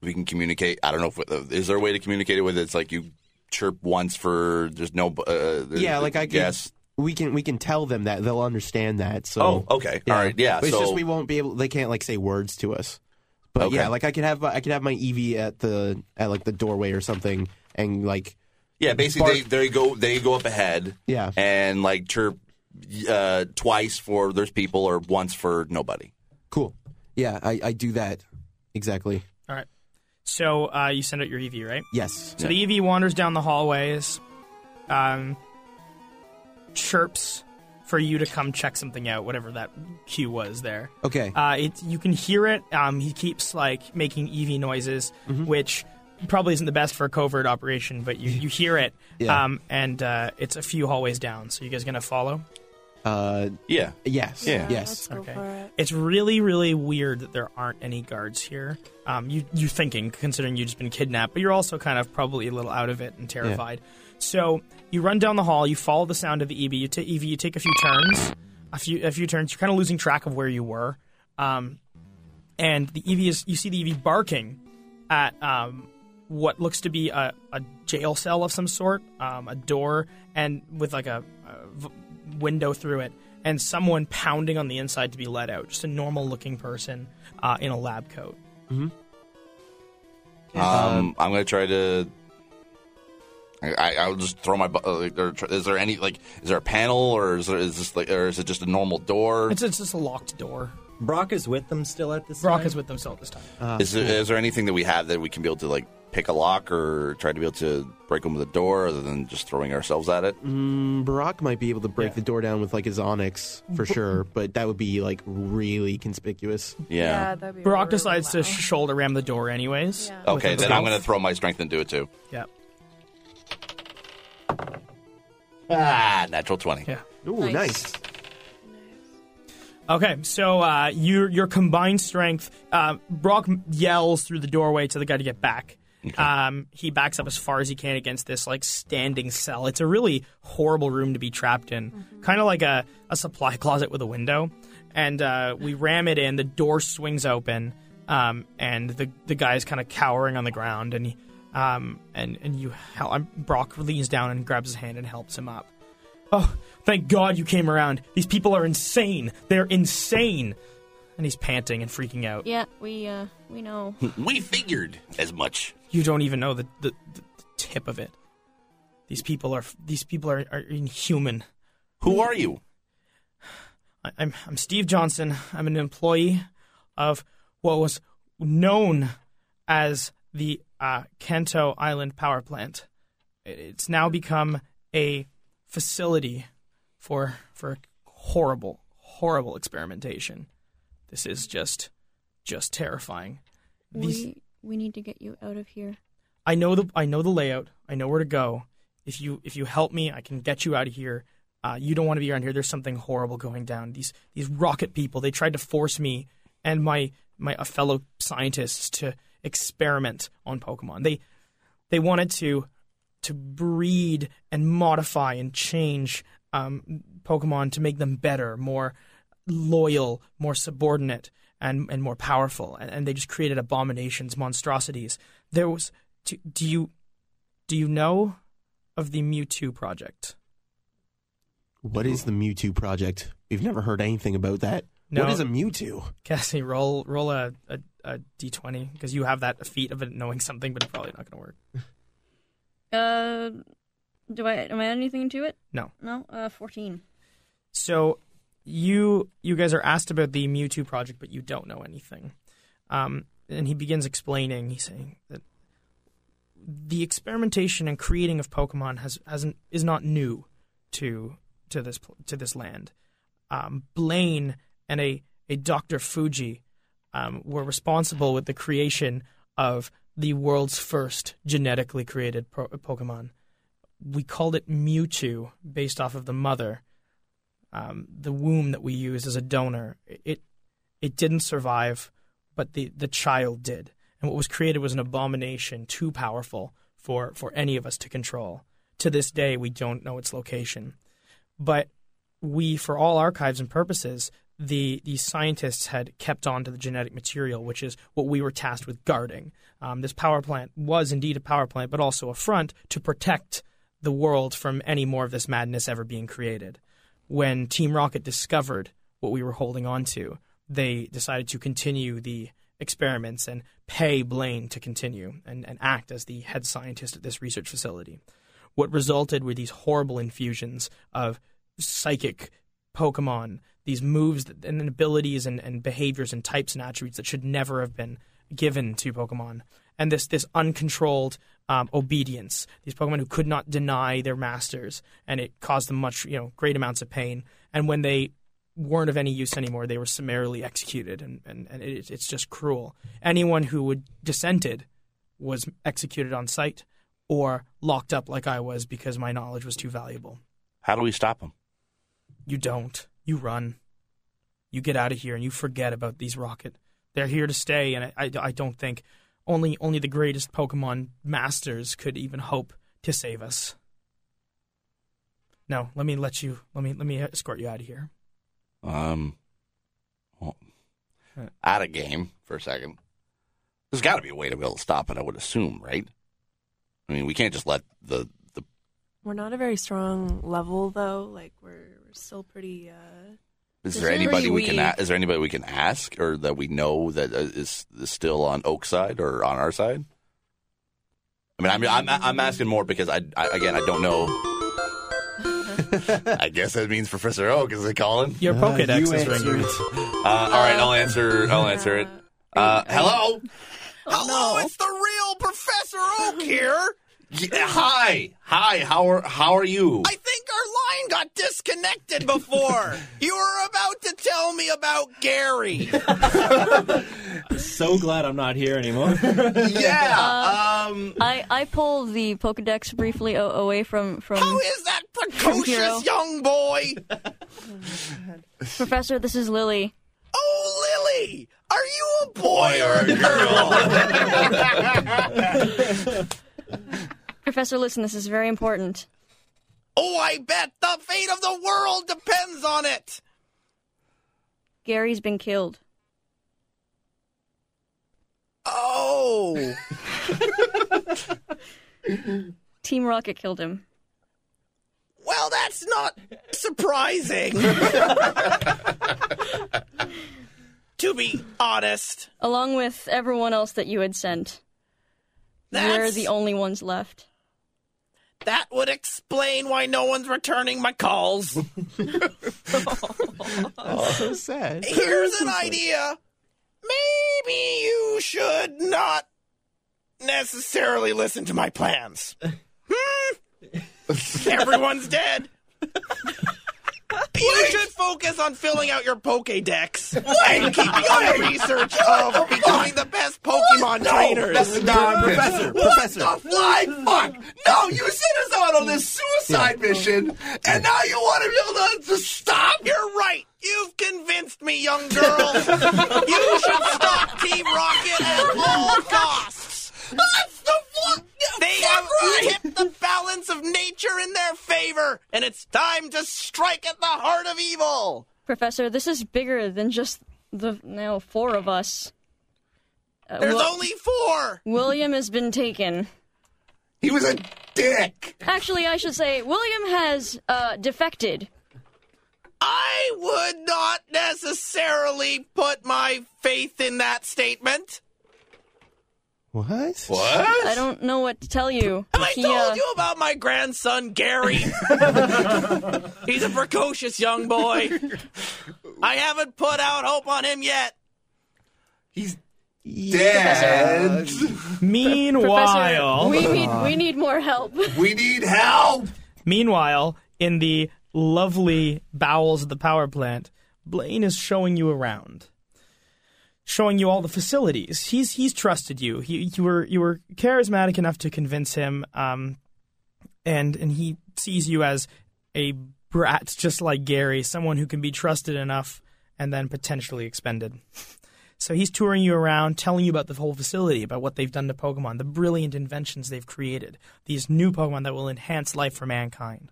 Speaker 13: we can communicate. I don't know if uh, is there a way to communicate it with. It's like you chirp once for there's no. Uh, there's,
Speaker 6: yeah, like I can-
Speaker 13: guess.
Speaker 6: we can we can tell them that they'll understand that. So
Speaker 13: Oh, okay. All right, yeah,
Speaker 6: But it's
Speaker 13: so-
Speaker 6: just we won't be able. They can't like say words to us. But
Speaker 13: Okay.
Speaker 6: yeah, like I could have I could have my Eevee at the at like the doorway or something, and like
Speaker 13: Yeah, basically they, they go they go up ahead.
Speaker 6: Yeah.
Speaker 13: and like chirp uh, twice for there's people or once for nobody.
Speaker 6: cool. Yeah, I, I do that exactly.
Speaker 4: All right. So uh, you send out your EV, right?
Speaker 6: Yes.
Speaker 4: So the EV wanders down the hallways, um, chirps for you to come check something out, whatever that cue was there.
Speaker 6: Okay.
Speaker 4: Uh, it, you can hear it. Um, he keeps like making EV noises,
Speaker 6: Mm-hmm.
Speaker 4: which probably isn't the best for a covert operation, but you, you hear it.
Speaker 6: Yeah.
Speaker 4: Um, and uh, it's a few hallways down. So you guys gonna follow?
Speaker 6: Uh,
Speaker 13: yeah.
Speaker 6: Yes. Yes.
Speaker 4: okay. It's really, really weird that there aren't any guards here. Um, you, you're thinking, considering you've just been kidnapped, but you're also kind of probably a little out of it and terrified. So you run down the hall. You follow the sound of the EV. You ta EV. You take a few turns, a few a few turns. You're kind of losing track of where you were. Um, and the EV is you see the EV barking at um, what looks to be a, a jail cell of some sort, um, a door, and with like a, a v- window through it, and someone pounding on the inside to be let out. Just a normal looking person uh, in a lab coat. Uh,
Speaker 13: Um, I'm gonna try to. I, I'll just throw my. bu- uh, Like, or tr- is there any like? Is there a panel, or is there is this like, or is it just a normal door?
Speaker 4: It's, it's just a locked door.
Speaker 3: Brock is with them still at this.
Speaker 4: Brock is with them still at this time.
Speaker 13: is there, is there anything that we have that we can be able to like pick a lock or try to be able to break open the door, other than just throwing ourselves at it?
Speaker 6: Mm, Barack might be able to break the door down with like his onyx for sure, but that would be like really conspicuous.
Speaker 13: Yeah.
Speaker 4: Brock decides to shoulder ram the door anyways.
Speaker 13: Okay, then I'm going to throw my strength into it too.
Speaker 4: Yep.
Speaker 13: Ah, natural twenty.
Speaker 4: Yeah.
Speaker 6: Ooh, nice.
Speaker 4: Okay, so uh, your your combined strength, uh, Brock yells through the doorway to the guy to get back. Um, he backs up as far as he can against this like standing cell. It's a really horrible room to be trapped in, kind of like a, a supply closet with a window. And uh, we ram it in. The door swings open, um, and the the guy is kind of cowering on the ground. And he, um, and and you, hel- um, Brock leans down and grabs his hand and helps him up. Oh, thank God you came around. These people are insane. They're insane. And he's panting and freaking out.
Speaker 5: Yeah, we uh, we know.
Speaker 13: we figured as much.
Speaker 4: You don't even know the, the, the, the tip of it. These people are these people are, are inhuman.
Speaker 13: Who are you?
Speaker 4: I, I'm I'm Steve Johnson. I'm an employee of what was known as the uh, Kanto Island Power Plant. It- It's now become a facility for for horrible horrible experimentation. This is just just terrifying. These
Speaker 5: We we need to get you out of here.
Speaker 4: I know the I know the layout. I know where to go. If you if you help me, I can get you out of here. Uh, you don't want to be around here. There's something horrible going down. These these rocket people. They tried to force me and my my uh, fellow scientists to experiment on Pokemon. They they wanted to to breed and modify and change um, Pokemon to make them better, more loyal, more subordinate, and and more powerful. And, and they just created abominations, monstrosities. There was. Do, do you do you know of the Mewtwo project?
Speaker 6: What is the Mewtwo project? We've never heard anything about that.
Speaker 4: No.
Speaker 6: What is a Mewtwo?
Speaker 4: Cassie, roll roll a a, a d twenty because you have that feat of it knowing something, but it's probably not going to work.
Speaker 5: Uh, do I am I adding anything to it?
Speaker 4: No.
Speaker 5: No. Uh, fourteen.
Speaker 4: So you you guys are asked about the Mewtwo project, but you don't know anything. Um, and he begins explaining. He's saying that the experimentation and creating of Pokemon has hasn't is not new to to this pl- to this land. Um, Blaine and a a Dr. Fuji um, were responsible with the creation of the world's first genetically created pro- Pokemon. We called it Mewtwo based off of the mother um, the womb that we use as a donor, it it didn't survive, but the the child did. And what was created was an abomination too powerful for for any of us to control. To this day, we don't know its location, but we, for all archives and purposes, the these scientists had kept on to the genetic material, which is what we were tasked with guarding. Um, this power plant was indeed a power plant, but also a front to protect the world from any more of this madness ever being created when Team Rocket discovered what we were holding on to, they decided to continue the experiments and pay Blaine to continue and, and act as the head scientist at this research facility. What resulted were these horrible infusions of psychic Pokemon, these moves that, and abilities and, and behaviors and types and attributes that should never have been given to Pokemon, and this this uncontrolled um, obedience. These Pokemon who could not deny their masters, and it caused them much you know great amounts of pain. And when they weren't of any use anymore, they were summarily executed, and and, and it, it's just cruel. Anyone who would dissented was executed on sight or locked up like I was because my knowledge was too valuable.
Speaker 13: How do we stop him?
Speaker 4: You don't. You run. You get out of here and you forget about these rocket. They're here to stay, and I, I, I don't think only only the greatest Pokemon masters could even hope to save us. No, let me let you let me let me escort you out of here.
Speaker 13: Um, well,
Speaker 4: Huh.
Speaker 13: out of game for a second. There's got to be a way to be able to stop it. I would assume, right? I mean, we can't just let the the
Speaker 8: We're not a very strong level though. Like we're, we're still pretty. uh
Speaker 13: Is
Speaker 8: It's
Speaker 13: there
Speaker 8: very
Speaker 13: anybody we can
Speaker 8: weak.
Speaker 13: a- is there anybody we can ask or that we know that uh, is, is still on Oak side or on our side? I mean, I mean, I'm I'm asking more because I, I again I don't know. I guess that means Professor Oak is it calling?
Speaker 4: Your Uh, Pokédex you is answer ringing. it.
Speaker 13: Uh, all right, I'll answer. I'll answer it. Uh,
Speaker 5: Oh,
Speaker 13: hello.
Speaker 2: Hello, it's the real Professor Oak here.
Speaker 13: Yeah, hi, hi. How are how are you?
Speaker 2: I think our line got disconnected before. you were about to tell me about Gary.
Speaker 3: so glad I'm not here anymore.
Speaker 2: yeah.
Speaker 5: Um, I I pull the Pokedex briefly o- away from from.
Speaker 2: How is that
Speaker 5: from Hero.
Speaker 2: precocious young boy?
Speaker 5: Professor, this is Lily.
Speaker 2: Oh, Lily, are you a boy or a girl?
Speaker 5: Professor, listen, this is very important.
Speaker 2: oh, I bet the fate of the world depends on it.
Speaker 5: Gary's been killed.
Speaker 2: Oh.
Speaker 5: Team Rocket killed him.
Speaker 2: Well, that's not surprising. to be honest,
Speaker 5: Along with everyone else that you had sent. We're
Speaker 2: That's-
Speaker 5: the only ones left.
Speaker 2: that would explain why no one's returning my calls.
Speaker 6: That's so sad.
Speaker 2: Here's an idea. Maybe you should not necessarily listen to my plans. Hmm? Everyone's dead. You should focus on filling out your Pokédex and keep your research of becoming the best Pokemon trainers.
Speaker 11: that's not- Professor,
Speaker 2: What
Speaker 11: Professor.
Speaker 2: the
Speaker 11: Fly fuck! No, you sent us out on this suicide mission, and now you want to be able to just stop your.
Speaker 2: You're right. You've convinced me, young girl. you should stop Team Rocket at all costs. That's the fuck. They have tipped the balance of nature in their favor, and it's time to strike at the heart of evil.
Speaker 5: Professor, this is bigger than just the now four of us. Uh,
Speaker 2: There's
Speaker 5: Wil-
Speaker 2: only four.
Speaker 5: William has been taken.
Speaker 11: He was a dick.
Speaker 5: Actually, I should say William has uh, defected.
Speaker 2: I would not necessarily put my faith in that statement.
Speaker 6: What?
Speaker 5: I don't know what to tell you.
Speaker 2: Have I
Speaker 5: He, uh,
Speaker 2: told you about my grandson, Gary? He's a precocious young boy. I haven't put out hope on him yet.
Speaker 11: Dead.
Speaker 4: Meanwhile,
Speaker 5: we need we need more help.
Speaker 11: We need help.
Speaker 4: Meanwhile, in the lovely bowels of the power plant, Blaine is showing you around, showing you all the facilities. He's he's trusted you. He, you were you were charismatic enough to convince him, um, and and he sees you as a brat, just like Gary, someone who can be trusted enough and then potentially expended. So he's touring you around, telling you about the whole facility, about what they've done to Pokemon, the brilliant inventions they've created, these new Pokemon that will enhance life for mankind.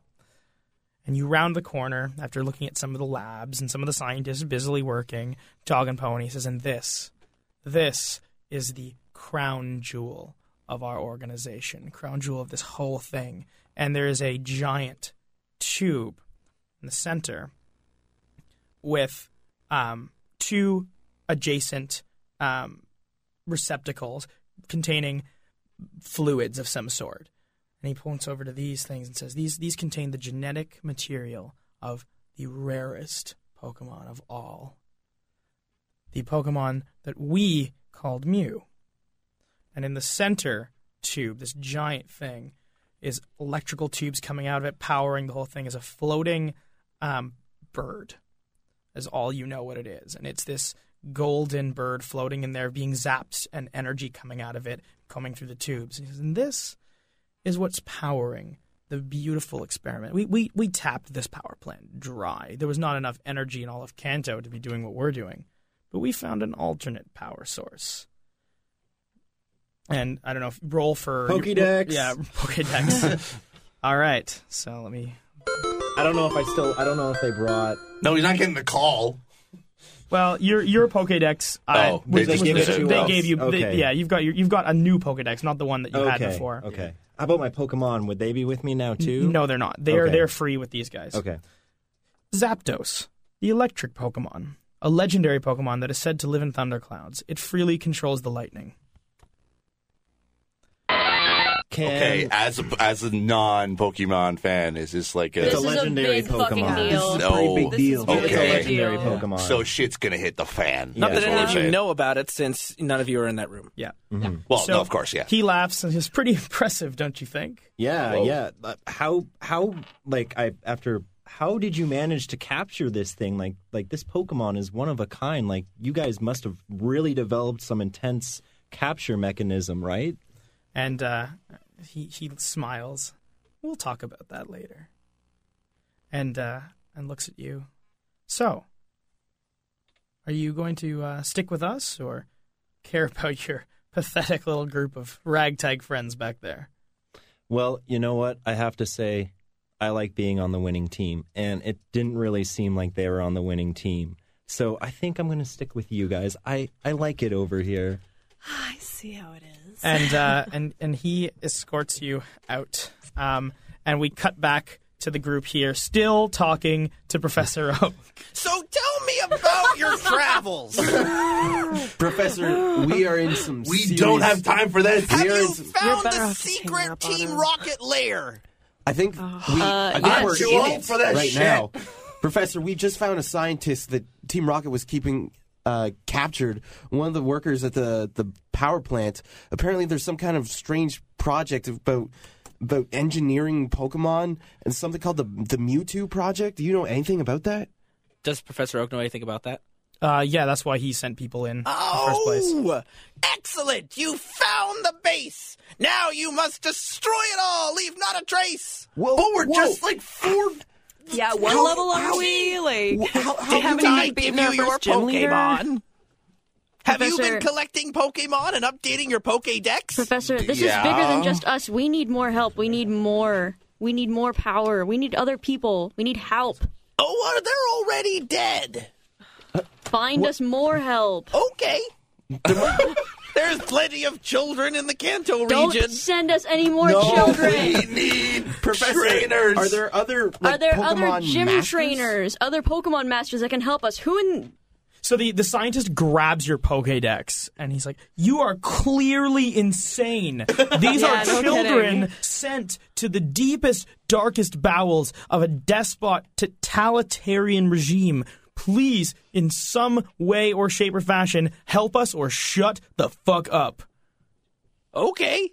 Speaker 4: And you round the corner after looking at some of the labs and some of the scientists busily working. Dog and Pony says, and this, this is the crown jewel of our organization, crown jewel of this whole thing. And there is a giant tube in the center with um, two adjacent um, receptacles containing fluids of some sort. And he points over to these things and says, "These these contain the genetic material of the rarest Pokemon of all, the Pokemon that we called Mew." And in the center tube, this giant thing is electrical tubes coming out of it, powering the whole thing. Is a floating um, bird is all you know what it is. And it's this golden bird floating in there, being zapped and energy coming out of it, coming through the tubes. And, he says, and this is what's powering the beautiful experiment. We, we, we tapped this power plant dry. There was not enough energy in all of Kanto to be doing what we're doing. But we found an alternate power source. And I don't know if roll for
Speaker 3: Pokédex.
Speaker 4: Yeah, Pokédex. all right. So let me
Speaker 3: I don't know if I still. I don't know if they brought.
Speaker 11: No, he's not getting the call.
Speaker 4: Well, your your Pokédex. Uh,
Speaker 3: Oh, they just
Speaker 4: the-
Speaker 3: gave it to
Speaker 4: they
Speaker 3: us.
Speaker 4: gave you. they-
Speaker 3: Okay.
Speaker 4: yeah, you've got your, you've got a new Pokédex, not the one that you
Speaker 3: okay.
Speaker 4: had before.
Speaker 3: Okay. How about my Pokemon? Would they be with me now too?
Speaker 4: N- No, they're not. They're
Speaker 3: Okay.
Speaker 4: they're free with these guys.
Speaker 3: Okay.
Speaker 4: Zapdos, the electric Pokemon, a legendary Pokemon that is said to live in thunderclouds. It freely controls the lightning.
Speaker 3: Can-
Speaker 13: okay, as a, as a non Pokemon fan, is this like a
Speaker 3: It's a This is a legendary big fucking Pokemon. deal. This is a pretty
Speaker 13: No.
Speaker 3: big This is deal.
Speaker 9: a
Speaker 13: Oh, Okay.
Speaker 9: big It's a legendary deal. Pokemon.
Speaker 13: So shit's gonna hit the fan.
Speaker 9: Not
Speaker 13: is
Speaker 9: that
Speaker 13: what
Speaker 9: any
Speaker 13: I'm
Speaker 9: of you
Speaker 13: saying.
Speaker 9: know about it, since none of you are in that room.
Speaker 4: Yeah.
Speaker 13: Well,
Speaker 4: Mm-hmm. So
Speaker 13: no, of course, yeah.
Speaker 4: He laughs and it's pretty impressive, don't you think?
Speaker 3: Yeah,
Speaker 4: Whoa.
Speaker 3: yeah. Uh, How how like I after how did you manage to capture this thing? Like like this Pokemon is one of a kind. Like you guys must have really developed some intense capture mechanism, right?
Speaker 4: And uh, he he smiles. We'll talk about that later. And uh, and looks at you. So, are you going to uh, stick with us or care about your pathetic little group of ragtag friends back there?
Speaker 3: Well, you know what? I have to say, I like being on the winning team, and it didn't really seem like they were on the winning team. So I think I'm going to stick with you guys. I, I like it over here.
Speaker 8: I see how it is.
Speaker 4: and uh, and and he escorts you out. Um, and we cut back to the group here, still talking to Professor Oak.
Speaker 2: So tell me about your travels.
Speaker 6: Professor, we are in some.
Speaker 2: We
Speaker 6: serious-
Speaker 2: don't have time for that.
Speaker 6: We
Speaker 2: Have
Speaker 6: are in
Speaker 2: you
Speaker 6: some-
Speaker 2: found the secret Team Rocket lair?
Speaker 6: I think we.
Speaker 2: Uh,
Speaker 6: I think
Speaker 2: yes.
Speaker 6: we're
Speaker 2: Too
Speaker 6: in
Speaker 2: old
Speaker 6: it
Speaker 2: for that
Speaker 6: right
Speaker 2: shit.
Speaker 6: now, Professor. We just found a scientist that Team Rocket was keeping uh, captured. One of the workers at the the power plant. Apparently, there's some kind of strange project about about engineering Pokemon and something called the the Mewtwo project. Do you know anything about that?
Speaker 9: Does Professor Oak know anything about that?
Speaker 4: Uh, yeah, that's why he sent people in in the first place.
Speaker 9: Oh!
Speaker 2: Excellent! You found the base! Now you must destroy it all! Leave not a trace!
Speaker 6: Whoa,
Speaker 2: but Oh, we're just like four.
Speaker 8: Yeah, what
Speaker 2: How-
Speaker 8: level are
Speaker 2: how-
Speaker 8: we? Like,
Speaker 2: How,
Speaker 8: did-
Speaker 2: how
Speaker 8: haven't
Speaker 2: did I
Speaker 8: even beaten
Speaker 2: give
Speaker 8: our
Speaker 2: you your
Speaker 8: first gym leader?
Speaker 2: Pokemon? Have you
Speaker 5: Professor-
Speaker 2: been collecting Pokemon and updating your Pokedex?
Speaker 5: Professor, this is bigger than just us. We need more help. We need more. We need more power. We need other people. We need help.
Speaker 2: Oh, are they're already dead?
Speaker 5: Find us more help.
Speaker 2: Okay. There's plenty of children in the Kanto
Speaker 5: Don't
Speaker 2: region.
Speaker 5: send us any more
Speaker 2: No,
Speaker 5: children.
Speaker 6: Professor,
Speaker 2: Trainers.
Speaker 6: are there other like,
Speaker 5: Are there
Speaker 6: Pokemon
Speaker 5: other gym
Speaker 6: masters?
Speaker 5: trainers, other Pokemon masters that can help us? Who in
Speaker 4: So the, the scientist grabs your Pokédex and he's like, "You are clearly insane. These
Speaker 9: Yeah,
Speaker 4: are
Speaker 9: no
Speaker 4: children
Speaker 9: kidding.
Speaker 4: sent to the deepest, darkest bowels of a despot totalitarian regime. Please, in some way or shape or fashion, help us or shut the fuck up."
Speaker 2: Okay.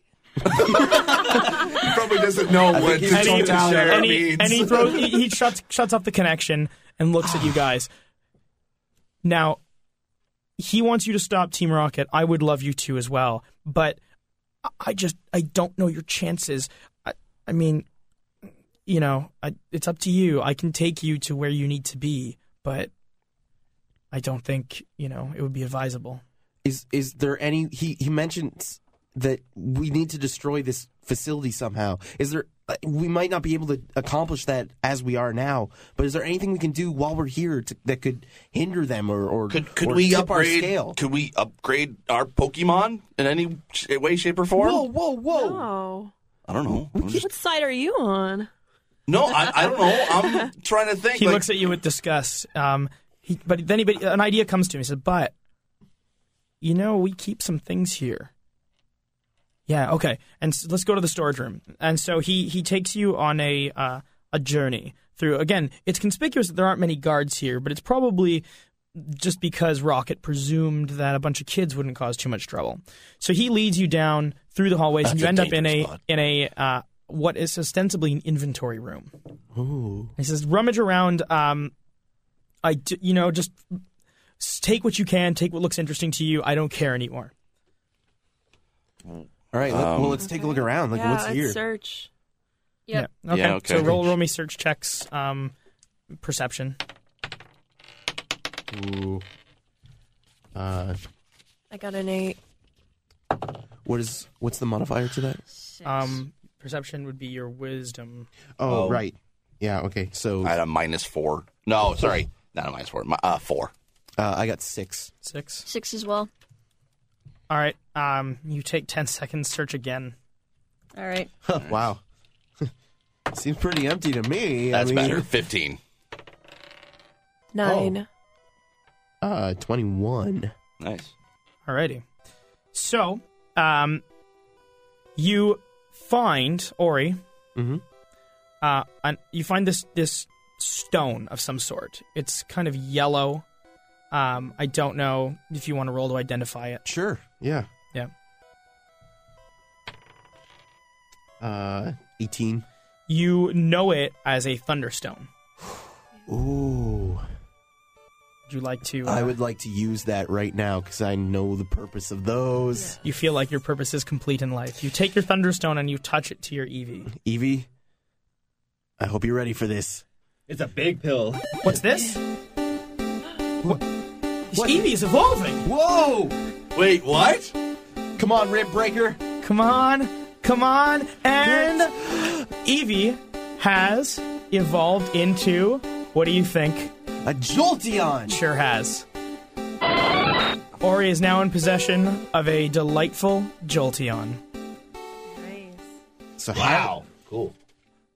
Speaker 11: He probably doesn't know what to
Speaker 4: And he-
Speaker 11: talk to share
Speaker 4: and he,
Speaker 11: means.
Speaker 4: and he throws, he, he shuts shuts off the connection and looks at you guys. Now, he wants you to stop Team Rocket. I would love you to as well, but I- I just I don't know your chances. I, I mean, you know, I, it's up to you. I can take you to where you need to be, but I don't think you know it would be advisable.
Speaker 6: Is is there any? He he mentions that we need to destroy this facility somehow. Is there? uh, We might not be able to accomplish that as we are now. But is there anything we can do while we're here to, that could hinder them or or
Speaker 13: Could
Speaker 6: or
Speaker 13: we
Speaker 6: tip
Speaker 13: upgrade?
Speaker 6: our scale?
Speaker 13: Could we upgrade our Pokemon in any sh- way, shape, or form?
Speaker 6: whoa, whoa!
Speaker 8: No.
Speaker 13: I don't know. I'm just-
Speaker 8: What side are you on?
Speaker 13: no, I, I don't know. I'm trying to think.
Speaker 4: He
Speaker 13: like-
Speaker 4: looks at you with disgust. Um, he, but then he, but an idea comes to him. He says, "But you know, we keep some things here." Yeah. Okay. And s let's go to the storage room. And so he he takes you on a uh, a journey through. Again, it's conspicuous that there aren't many guards here, but it's probably just because Rocket presumed that a bunch of kids wouldn't cause too much trouble. So he leads you down through the hallways, and
Speaker 13: That's
Speaker 4: you
Speaker 13: a
Speaker 4: end up in a
Speaker 13: dangerous spot.
Speaker 4: in a uh, what is ostensibly an inventory room.
Speaker 6: Ooh.
Speaker 4: He says, rummage around. Um, I, d- you know, just s- take what you can, take what looks interesting to you. I don't care anymore.
Speaker 6: All right. let-
Speaker 13: Um,
Speaker 6: well, let's take a look around. Like,
Speaker 8: yeah,
Speaker 6: what's
Speaker 8: let's
Speaker 6: here?
Speaker 8: search.
Speaker 5: Yep.
Speaker 4: Yeah. Okay.
Speaker 13: Yeah, okay.
Speaker 4: So roll, roll me search checks. Um, perception.
Speaker 6: Ooh. Uh,
Speaker 8: I got an eight.
Speaker 6: what is what's the modifier to that?
Speaker 4: Um, perception would be your wisdom.
Speaker 6: Oh,
Speaker 13: Oh.
Speaker 6: right. Yeah. Okay. So
Speaker 13: I
Speaker 6: uh,
Speaker 13: had a minus four. No, sorry, not a minus four. My, uh, four.
Speaker 6: I got six.
Speaker 4: Six.
Speaker 5: six as well?
Speaker 4: All right. Um, you take ten seconds. Search again.
Speaker 5: All right.
Speaker 6: Huh, Wow. Seems pretty empty to me.
Speaker 13: That's
Speaker 6: I mean,
Speaker 13: better. Fifteen.
Speaker 8: Nine.
Speaker 6: Uh, twenty-one.
Speaker 13: Nice.
Speaker 4: Alrighty. So, um, you find Ori. Mm-hmm. Uh, and you find this this stone of some sort. It's kind of yellow. Um, I don't know if you want to roll to identify it.
Speaker 6: Sure. Yeah.
Speaker 4: Yeah.
Speaker 6: Uh, 18.
Speaker 4: You know it as a thunderstone.
Speaker 6: Ooh.
Speaker 4: Would you like to? Uh,
Speaker 6: I would like to use that right now because I know the purpose of those.
Speaker 4: You feel like your purpose is complete in life. You take your thunderstone and you touch it to your E Eevee.
Speaker 6: Evie, I hope you're ready for this.
Speaker 15: It's a big pill.
Speaker 4: What's this? what? Eevee's E evolving.
Speaker 6: Whoa!
Speaker 11: Wait, what?
Speaker 6: Come on, rib breaker.
Speaker 4: Come on, come on, and Eevee has evolved into what do you think?
Speaker 6: A Jolteon.
Speaker 4: Sure has. Ori is now in possession of a delightful Jolteon.
Speaker 6: So
Speaker 11: wow, cool.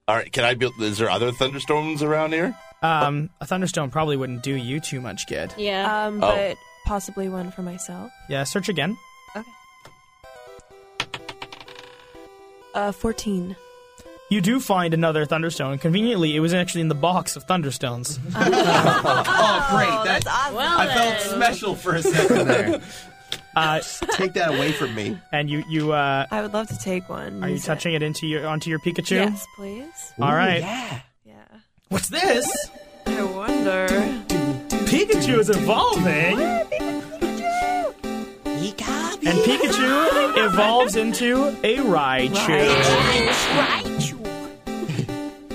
Speaker 11: All right, can I build? Is there other thunderstorms around here?
Speaker 4: Um, a thunderstone probably wouldn't do you too much good.
Speaker 5: Yeah.
Speaker 8: Um,
Speaker 11: Oh.
Speaker 8: but possibly one for myself.
Speaker 4: Yeah, search again.
Speaker 8: Uh, 14.
Speaker 4: You do find another thunderstone. Conveniently, it was actually in the box of thunderstones.
Speaker 6: Oh, great. That,
Speaker 5: Well,
Speaker 6: I felt special for a second there.
Speaker 4: Uh,
Speaker 6: Take that away from me.
Speaker 4: and you, you, uh,
Speaker 8: I would love to take one.
Speaker 4: are you
Speaker 8: Use it.
Speaker 4: touching it into your onto your Pikachu?
Speaker 8: Yes, please.
Speaker 4: All right.
Speaker 8: What's
Speaker 4: this?
Speaker 8: I wonder.
Speaker 4: Pikachu is evolving. And Pikachu evolves into a Raichu.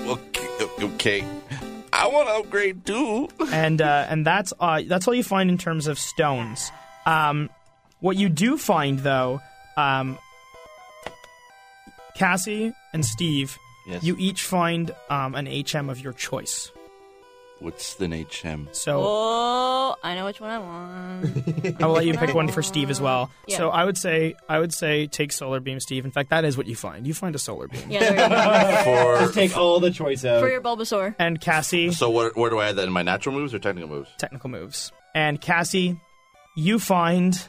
Speaker 11: Okay, okay. I want to upgrade too.
Speaker 4: and uh, and that's uh, that's all you find in terms of stones. Um, what you do find though, um, Cassie and Steve,
Speaker 11: Yes.
Speaker 4: you each find um, an HM of your choice.
Speaker 11: What's the HM?
Speaker 4: So
Speaker 5: Oh, I know which one I want.
Speaker 4: I will let you pick one for Steve as well.
Speaker 5: Yeah.
Speaker 4: So I would say I would say take solar beam, Steve. In fact, that is what you find. You find a solar beam.
Speaker 5: Yeah, there you
Speaker 11: For
Speaker 15: Just take all the choice
Speaker 5: go.
Speaker 15: out.
Speaker 5: for your Bulbasaur.
Speaker 4: And Cassie,
Speaker 11: So where, where do I add that in my natural moves or technical moves?
Speaker 4: technical moves. And Cassie, you find.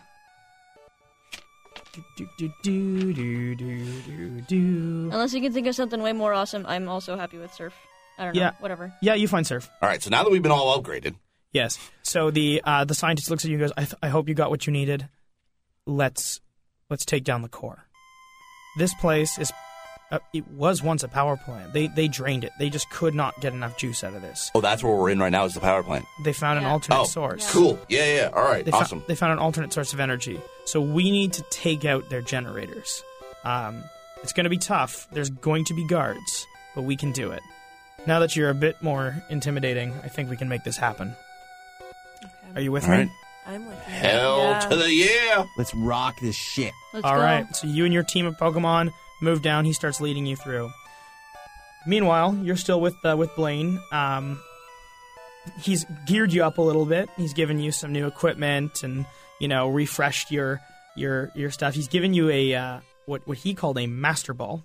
Speaker 4: Do, do, do, do, do, do, do.
Speaker 5: Unless you can think of something way more awesome, I'm also happy with Surf. I don't know.
Speaker 4: Yeah.
Speaker 5: Whatever.
Speaker 4: Yeah, you find surf.
Speaker 11: All right. So now that we've been all upgraded,
Speaker 4: Yes. So the uh, the scientist looks at you and goes, I, th- "I hope you got what you needed. Let's let's take down the core. This place is uh, it was once a power plant. They they drained it. They just could not get enough juice out of this.
Speaker 11: oh, that's where we're in right now. Is the power plant?
Speaker 4: They found an alternate
Speaker 11: oh,
Speaker 4: source.
Speaker 11: Cool. Yeah, yeah. All right.
Speaker 4: They fo-
Speaker 11: awesome.
Speaker 4: they found an alternate source of energy. So we need to take out their generators. Um, it's going to be tough. There's going to be guards, but we can do it. Now that you're a bit more intimidating, I think we can make this happen. Are you with
Speaker 11: All
Speaker 4: me?
Speaker 11: right.
Speaker 8: I'm with you.
Speaker 11: Hell
Speaker 8: Yeah.
Speaker 11: to the yeah.
Speaker 6: Let's rock this shit.
Speaker 5: Let's
Speaker 4: All
Speaker 5: go.
Speaker 4: right, so you and your team of Pokemon move down. He starts leading you through. Meanwhile, you're still with uh, with Blaine. Um, he's geared you up a little bit. He's given you some new equipment and you know refreshed your your your stuff. He's given you a uh, what what he called a Master Ball,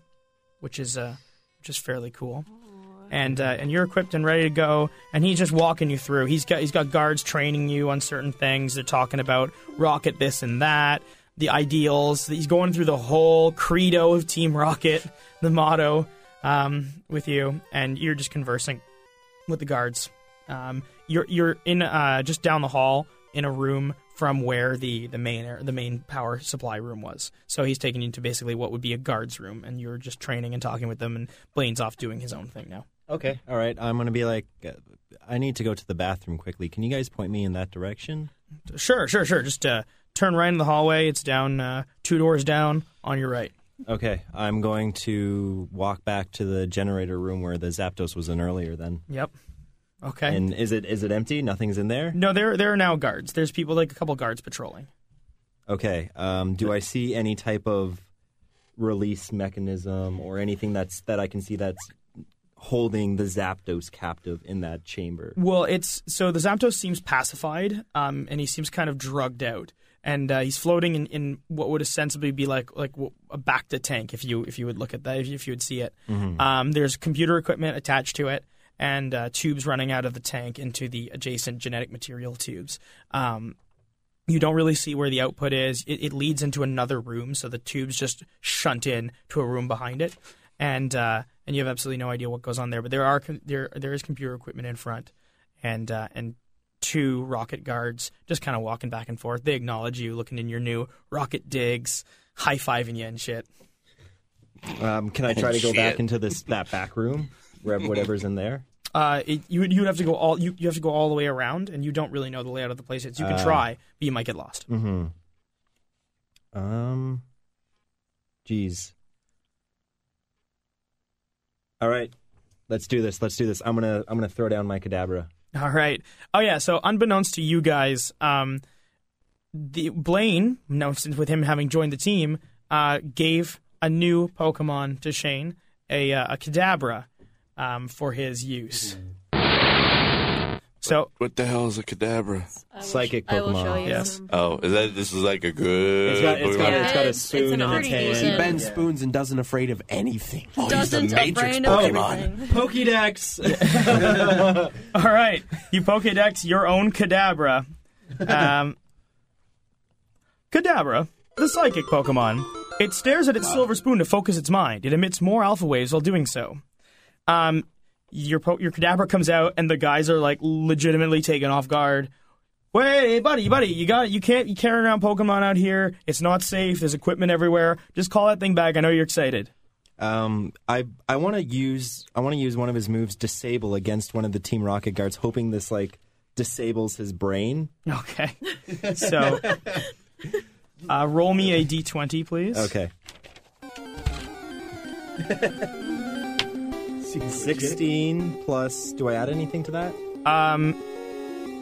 Speaker 4: which is uh, which is fairly cool. And uh, and you're equipped and ready to go. And he's just walking you through. He's got he's got guards training you on certain things. They're talking about rocket this and that, the ideals. He's going through the whole credo of Team Rocket, the motto, um, with you, and you're just conversing with the guards. Um, you're you're in uh, just down the hall in a room from where the the main air- the main power supply room was. So he's taking you to basically what would be a guards room, and you're just training and talking with them. And Blaine's off doing his own thing now.
Speaker 3: Okay. All right. I'm going to be like, uh, I need to go to the bathroom quickly. Can you guys point me in that direction?
Speaker 4: Sure, sure, sure. Just uh, turn right in the hallway. It's down uh, two doors down on your right.
Speaker 3: Okay. I'm going to walk back to the generator room where the Zapdos was in earlier then.
Speaker 4: Yep. Okay.
Speaker 3: And is it is it empty? Nothing's in there?
Speaker 4: no, there there are now guards. There's people like a couple guards patrolling.
Speaker 3: Okay. Um, do I see any type of release mechanism or anything that's that I can see that's holding the Zapdos captive in that chamber?
Speaker 4: Well, it's so the Zapdos seems pacified, um, and he seems kind of drugged out, and uh, he's floating in, in what would ostensibly be like like w- a Bacta tank, if you if you would look at that, if you, if you would see it.
Speaker 3: Mhm.
Speaker 4: Um, there's computer equipment attached to it, and uh, tubes running out of the tank into the adjacent genetic material tubes. Um, you don't really see where the output is. It, it leads into another room, so the tubes just shunt in to a room behind it, and uh, and you have absolutely no idea what goes on there. But there are com- there there is computer equipment in front, and uh, and two rocket guards just kind of walking back and forth. They acknowledge you, looking in your new rocket digs, high fiving you and shit.
Speaker 3: Um, can I try to go
Speaker 4: Shit.
Speaker 3: back into this that back room, grab whatever's in there?
Speaker 4: Uh, it, you you would have to go all you, you have to go all the way around, and you don't really know the layout of the place. yet. So you can
Speaker 3: Uh.
Speaker 4: try, but you might get lost.
Speaker 3: Mm-hmm. Um. Jeez. All right, let's do this. Let's do this. I'm gonna I'm gonna throw down my cadabra.
Speaker 4: All right. Oh yeah. So unbeknownst to you guys, um, the Blaine, now since with him having joined the team, uh, gave a new Pokemon to Shane, a uh, a Kadabra, um, for his use. So
Speaker 13: what the hell is a cadabra?
Speaker 3: Psychic
Speaker 13: Pokemon.
Speaker 4: Yes.
Speaker 13: Oh, is that this is like a good?
Speaker 3: It's got- it's got-
Speaker 13: Pokemon?
Speaker 3: it's got a It's- spoon it's an and a pretty tail.
Speaker 6: He
Speaker 3: decent-
Speaker 6: bends spoons and doesn't afraid of anything.
Speaker 13: Oh,
Speaker 4: he's the Doesn't Matrix afraid of Pokemon. everything.
Speaker 3: Pokédex.
Speaker 4: All right, you Pokedex your own Kadabra. Um, Kadabra, the psychic Pokemon. It stares at its silver spoon to focus its mind. It emits more alpha waves while doing so. Um, your po- your Kadabra comes out, and the guys are like legitimately taken off guard. Wait, buddy, buddy, you got You can't you carry around Pokemon out here. It's not safe. There's equipment everywhere. Just call that thing back. I know you're excited.
Speaker 3: Um, I I want to use I want to use one of his moves, disable against one of the Team Rocket guards, hoping this like disables his brain.
Speaker 4: Okay. So, uh, roll me a d20, please.
Speaker 3: Okay. Sixteen plus. Do I add anything to that?
Speaker 4: Um,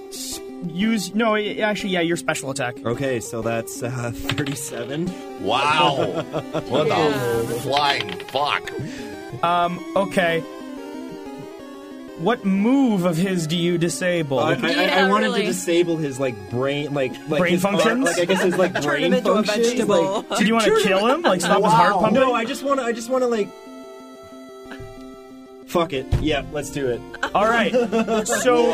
Speaker 4: s- use no. i- Actually, yeah, your special attack.
Speaker 3: Okay, so that's uh, thirty-seven.
Speaker 13: Wow. what the flying fuck?
Speaker 4: Um, okay. What move of his do you disable?
Speaker 3: I, I, I wanted to disable his like brain, like, like
Speaker 4: Brain
Speaker 3: his, uh,
Speaker 4: functions?
Speaker 3: Like I guess his like
Speaker 4: Turn
Speaker 3: brain
Speaker 4: him into a
Speaker 3: functions.
Speaker 4: vegetable.
Speaker 3: Like,
Speaker 4: Did you wanna
Speaker 3: Turn
Speaker 4: kill him? Like, stop his
Speaker 3: Wow.
Speaker 4: heart pumping?
Speaker 3: No, I just want to. I just want to like. Fuck it. Yeah, let's do it.
Speaker 4: All right. So.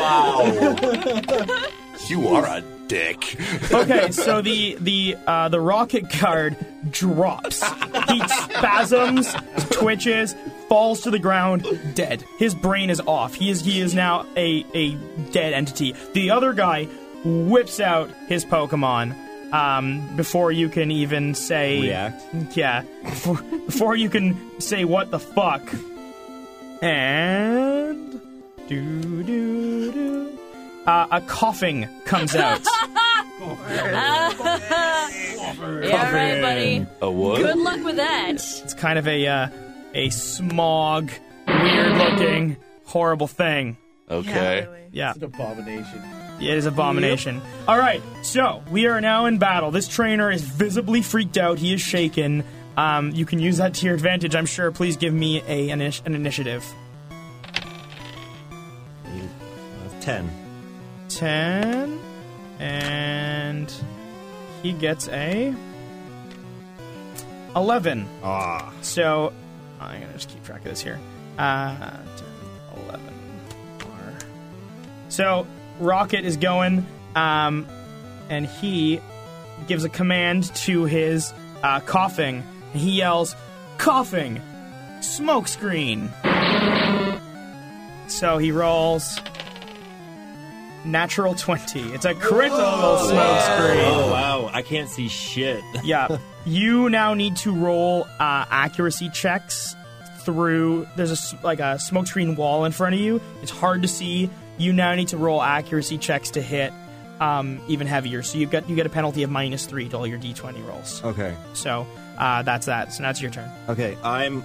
Speaker 13: You are a dick.
Speaker 4: okay, so the the uh, the rocket guard drops. He spasms, twitches, falls to the ground, dead. His brain is off. He is he is now a a dead entity. The other guy whips out his Pokemon. Um, before you can even say
Speaker 3: React?
Speaker 4: yeah. Before, before you can say what the fuck, and do do do, uh, a coughing comes out.
Speaker 5: yeah, right, buddy.
Speaker 13: A what?
Speaker 5: Good luck with that.
Speaker 4: It's kind of a uh, a smog, weird-looking, horrible thing.
Speaker 13: Okay.
Speaker 4: Yeah,
Speaker 6: It's an abomination.
Speaker 4: it is abomination. All right, so we are now in battle. This trainer is visibly freaked out. He is shaken. Um, you can use that to your advantage, I'm sure. Please give me a an, ish- an initiative.
Speaker 3: Ten.
Speaker 4: Ten, and he gets a eleven.
Speaker 3: Ah.
Speaker 4: So I'm gonna just keep track of this here. Uh, 10, 11. More. So Rocket is going, um, and he gives a command to his uh, coughing. And he yells, "Coughing, smoke screen." So he rolls natural twenty. It's a critical
Speaker 3: Whoa.
Speaker 4: smoke screen.
Speaker 3: Oh wow! I can't see shit.
Speaker 4: Yeah. You now need to roll uh, accuracy checks through. There's a s- like a smoke screen wall in front of you. It's hard to see. You now need to roll accuracy checks to hit um, even heavier. So you've got you get a penalty of minus three to all your d20 rolls.
Speaker 3: Okay.
Speaker 4: So uh, that's that. So now it's your turn.
Speaker 3: Okay, I'm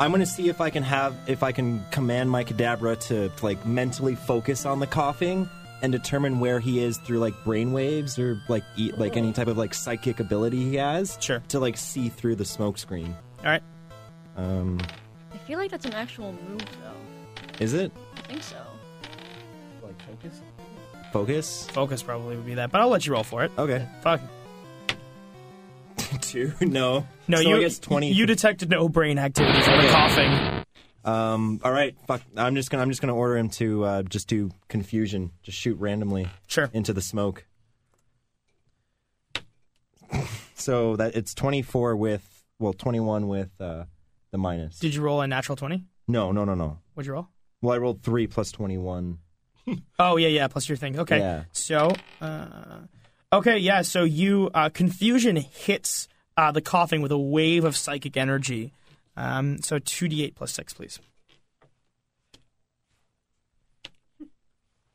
Speaker 3: I'm gonna see if I can have if I can command my cadabra to like mentally focus on the coughing and determine where he is through like brainwaves or like eat like any type of like psychic ability he has.
Speaker 4: Sure.
Speaker 3: To like see through the smoke screen.
Speaker 4: All right.
Speaker 3: Um,
Speaker 5: I feel like that's an actual move, though.
Speaker 3: is it
Speaker 5: I think so.
Speaker 6: Like focus.
Speaker 3: focus?
Speaker 4: Focus probably would be that, but I'll let you roll for it.
Speaker 3: Okay.
Speaker 4: Fuck.
Speaker 3: Two? No.
Speaker 4: No,
Speaker 3: So
Speaker 4: you
Speaker 3: I guess twenty.
Speaker 4: You detected no brain activity for the
Speaker 3: Okay.
Speaker 4: coughing.
Speaker 3: um. All right. Fuck. I'm just gonna I'm just gonna order him to uh, just do confusion. Just shoot randomly.
Speaker 4: Sure.
Speaker 3: Into the smoke. So that it's 24 with, well, 21 with uh, the minus.
Speaker 4: Did you roll a natural 20?
Speaker 3: No, no, no, no.
Speaker 4: What'd you roll?
Speaker 3: Well, I rolled 3 plus 21.
Speaker 4: Oh yeah, yeah. Plus your thing. Okay.
Speaker 3: Yeah.
Speaker 4: So, uh, okay, yeah. So you uh, confusion hits uh, the coughing with a wave of psychic energy. Um, so two d eight plus six, please.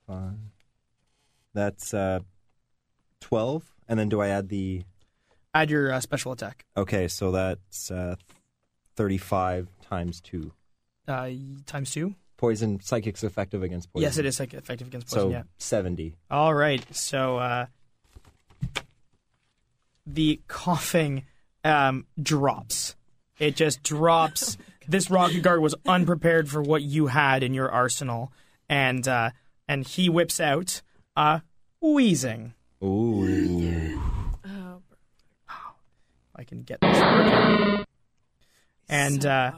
Speaker 3: Five. That's uh, 12. And then do I add the.
Speaker 4: Add your uh, special attack.
Speaker 3: Okay, so that's uh, 35 times 2.
Speaker 4: Uh, times two.
Speaker 3: Poison, psychic's effective against poison.
Speaker 4: Yes, it is like, effective against
Speaker 3: so
Speaker 4: poison. yeah.
Speaker 3: 70.
Speaker 4: All right. So uh, the coughing um, drops. It just drops. this rocket guard was unprepared for what you had in your arsenal, and uh, and he whips out uh, wheezing.
Speaker 3: Ooh.
Speaker 8: Oh,
Speaker 4: I can get this. working. And uh,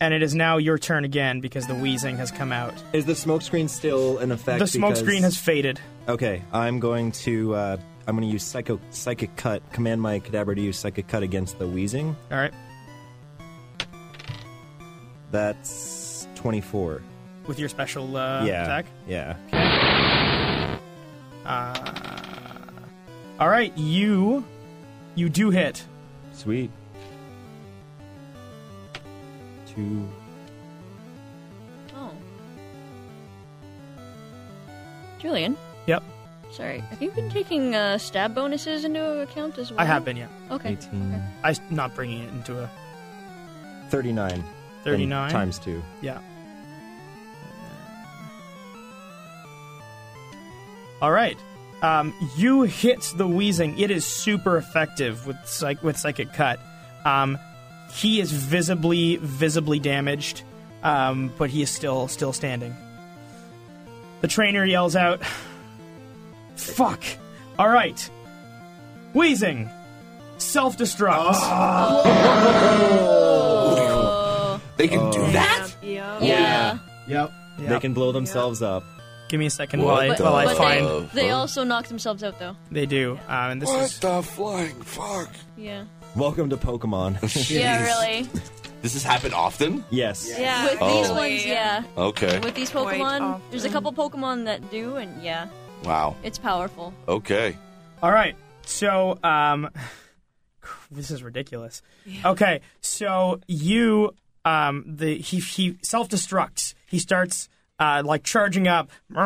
Speaker 4: and it is now your turn again because the wheezing has come out.
Speaker 3: Is the smokescreen still in effect?
Speaker 4: The smoke screen has faded.
Speaker 3: Okay, I'm going to uh, I'm going to use psycho psychic cut. Command my cadaver to use psychic cut against the wheezing.
Speaker 4: All right.
Speaker 3: That's 24.
Speaker 4: with your special uh,
Speaker 3: yeah.
Speaker 4: attack.
Speaker 3: Yeah.
Speaker 4: Uh, all right, you you do hit.
Speaker 3: Sweet. Two.
Speaker 5: Oh. Julian.
Speaker 4: Yep.
Speaker 5: Sorry. Have you been taking uh, stab bonuses into account as well?
Speaker 4: I have been, yeah.
Speaker 5: Okay.
Speaker 3: 18.
Speaker 4: I'm not bringing it into a
Speaker 3: 39. And
Speaker 4: 39
Speaker 3: times two.
Speaker 4: Yeah. All right. Um, you hit the wheezing. It is super effective with psych- with psychic cut. Um, he is visibly visibly damaged, um, but he is still still standing. The trainer yells out, "Fuck! All right, wheezing, self destruct."
Speaker 13: They can do that.
Speaker 8: Yeah.
Speaker 5: Yeah.
Speaker 3: Yep. Oh. They can blow themselves up.
Speaker 4: Give me a second
Speaker 3: What
Speaker 4: while I,
Speaker 3: the
Speaker 4: while I
Speaker 3: fuck?
Speaker 4: find
Speaker 5: They also knock themselves out though.
Speaker 4: they do. Um, and this
Speaker 5: What
Speaker 4: is
Speaker 13: the flying fuck?
Speaker 5: Yeah.
Speaker 3: Welcome to Pokemon.
Speaker 5: Yeah, really.
Speaker 13: Does this happen often?
Speaker 3: Yes.
Speaker 5: Yeah. With these
Speaker 13: Oh.
Speaker 5: ones, yeah.
Speaker 13: Okay.
Speaker 5: With these
Speaker 8: Quite
Speaker 5: Pokemon,
Speaker 8: often.
Speaker 5: there's a couple Pokemon that do, and yeah,
Speaker 13: Wow.
Speaker 5: it's powerful.
Speaker 13: Okay.
Speaker 4: All right. So, um, this is ridiculous. Okay. So you, um, the he he self destructs. He starts uh, like charging up, and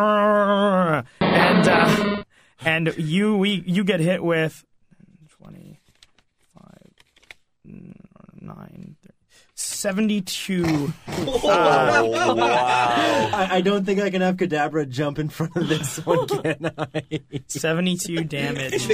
Speaker 4: uh, and you we you get hit with twenty five nine. 72 uh,
Speaker 15: Oh,
Speaker 3: wow. I, I don't think I can have Kadabra jump in front of this one, can I? Oh
Speaker 4: 72 damage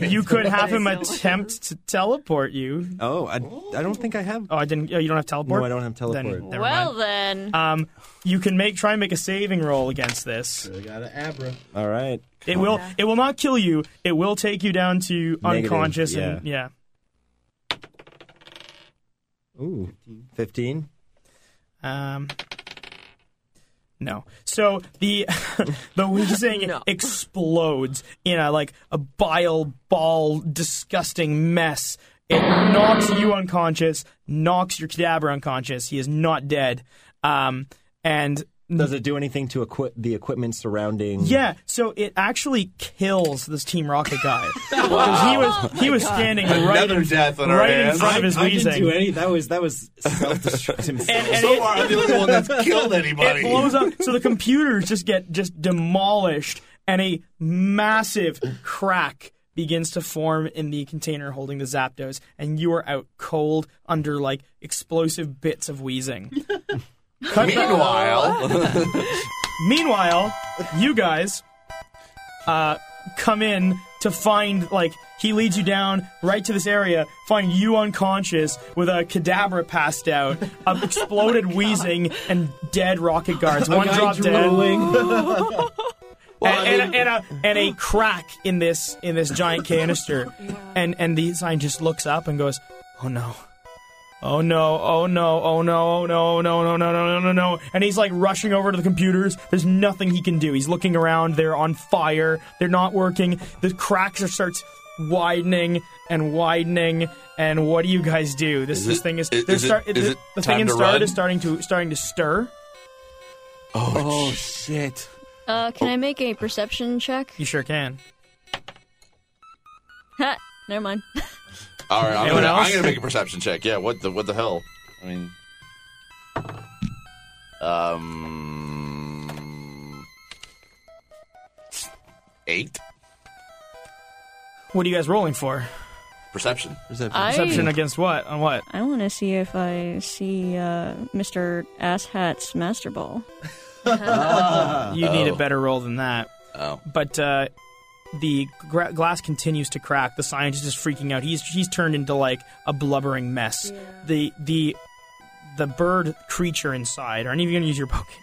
Speaker 4: you could have him attempt to teleport you
Speaker 3: Oh, I, I don't think I have.
Speaker 4: Oh, I didn't. Oh, you don't have teleport.
Speaker 3: No, I don't have teleport.
Speaker 4: Then, never
Speaker 5: well
Speaker 4: mind.
Speaker 5: then,
Speaker 4: Um, you can make try and make a saving roll against this.
Speaker 15: Got an Abra.
Speaker 3: All right.
Speaker 4: It will. It will not kill you. It will take you down to
Speaker 3: Negative,
Speaker 4: unconscious. And, yeah.
Speaker 3: Ooh. 15.
Speaker 4: Um. No. So the the wheezing explodes in a like a bile ball, disgusting mess. It knocks you unconscious, knocks your cadaver unconscious. He is not dead. Um, and
Speaker 3: Does it do anything to equip the equipment surrounding?
Speaker 4: Yeah, so it actually kills this Team Rocket guy. 'Cause he was
Speaker 5: Oh
Speaker 4: he was standing right, in, right in front of his
Speaker 3: Oh I, I didn't do
Speaker 4: wheezing.
Speaker 3: any. That was that was self-destruct himself.
Speaker 4: and
Speaker 13: so
Speaker 4: it-
Speaker 13: far, I'm the only one that's killed anybody.
Speaker 4: It blows up, so the computers just get just demolished, and a massive crack begins to form in the container holding the Zapdos, and you are out cold under like explosive bits of wheezing. Cut-
Speaker 13: Meanwhile,
Speaker 4: Meanwhile, you guys uh, come in to find like he leads you down right to this area, find you unconscious with a cadabra passed out, of exploded wheezing, and dead rocket guards.
Speaker 15: Oh A
Speaker 4: One
Speaker 15: guy
Speaker 4: drop
Speaker 15: drooling.
Speaker 4: dead. and, and, and, a, and a crack in this in this giant canister, and and the scientist looks up and goes, "Oh no, oh no, oh no, oh no, oh no, no, no, no, no, no, no, no!" And he's like rushing over to the computers. There's nothing he can do. He's looking around. They're on fire. They're not working. The cracks are starts widening and widening. And what do you guys do? This
Speaker 13: Is
Speaker 4: this
Speaker 13: it-
Speaker 4: thing is,
Speaker 13: i-
Speaker 4: they're
Speaker 13: is it-
Speaker 4: start-
Speaker 13: is
Speaker 4: the,
Speaker 13: it
Speaker 4: the
Speaker 13: time
Speaker 4: thing in
Speaker 13: to
Speaker 4: Starred
Speaker 13: run?
Speaker 4: is starting to starting to stir.
Speaker 6: Oh, shit!
Speaker 5: Uh, can I make a perception check?
Speaker 4: You sure can.
Speaker 5: Ha! Never mind.
Speaker 13: All right, I'm
Speaker 4: Anyone
Speaker 13: gonna,
Speaker 4: else?
Speaker 13: I'm gonna make a perception check. Yeah, what the what the hell? I mean, um, eight
Speaker 4: What are you guys rolling for?
Speaker 13: perception.
Speaker 6: Perception.
Speaker 5: I-
Speaker 4: Perception against what? On what?
Speaker 5: I want to see if I see uh, Mr. Asshat's Master Ball.
Speaker 13: Ah.
Speaker 4: you need a better roll than that.
Speaker 13: Oh.
Speaker 4: But uh, the gra- glass continues to crack. The scientist is freaking out. He's he's turned into like a blubbering mess. The the the bird creature inside. Aren't even going to use your Pokédex.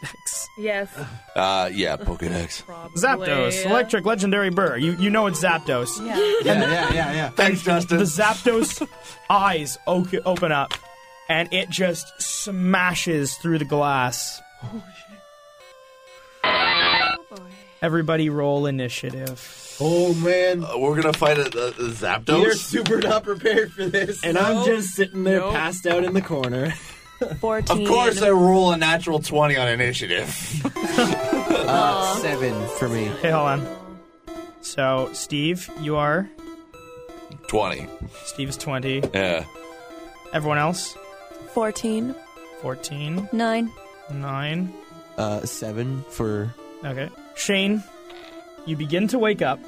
Speaker 16: Yes.
Speaker 13: Uh, yeah, Pokedex.
Speaker 4: Zapdos, electric legendary bird. You you know it's Zapdos.
Speaker 16: Yeah.
Speaker 13: Yeah,
Speaker 4: And
Speaker 13: yeah, yeah, yeah. Thanks,
Speaker 4: The Zapdos eyes o- open up, and it just smashes through the glass. Everybody roll initiative.
Speaker 6: Oh man,
Speaker 13: we're gonna fight a, a, a Uh, Zapdos.
Speaker 6: You're super not prepared for this.
Speaker 13: And I'm just
Speaker 6: sitting
Speaker 13: there Nope. passed out
Speaker 6: in the corner.
Speaker 5: 14.
Speaker 13: Of course, I roll a natural twenty on initiative.
Speaker 6: Uh, seven for me.
Speaker 4: Hey, hold on. So, Steve, you are.
Speaker 13: Twenty.
Speaker 4: Steve is 20.
Speaker 13: Yeah.
Speaker 4: Everyone else?
Speaker 8: 14.
Speaker 4: 14.
Speaker 5: 9.
Speaker 4: 9.
Speaker 6: Uh, seven for.
Speaker 4: Okay. Shane, you begin to wake up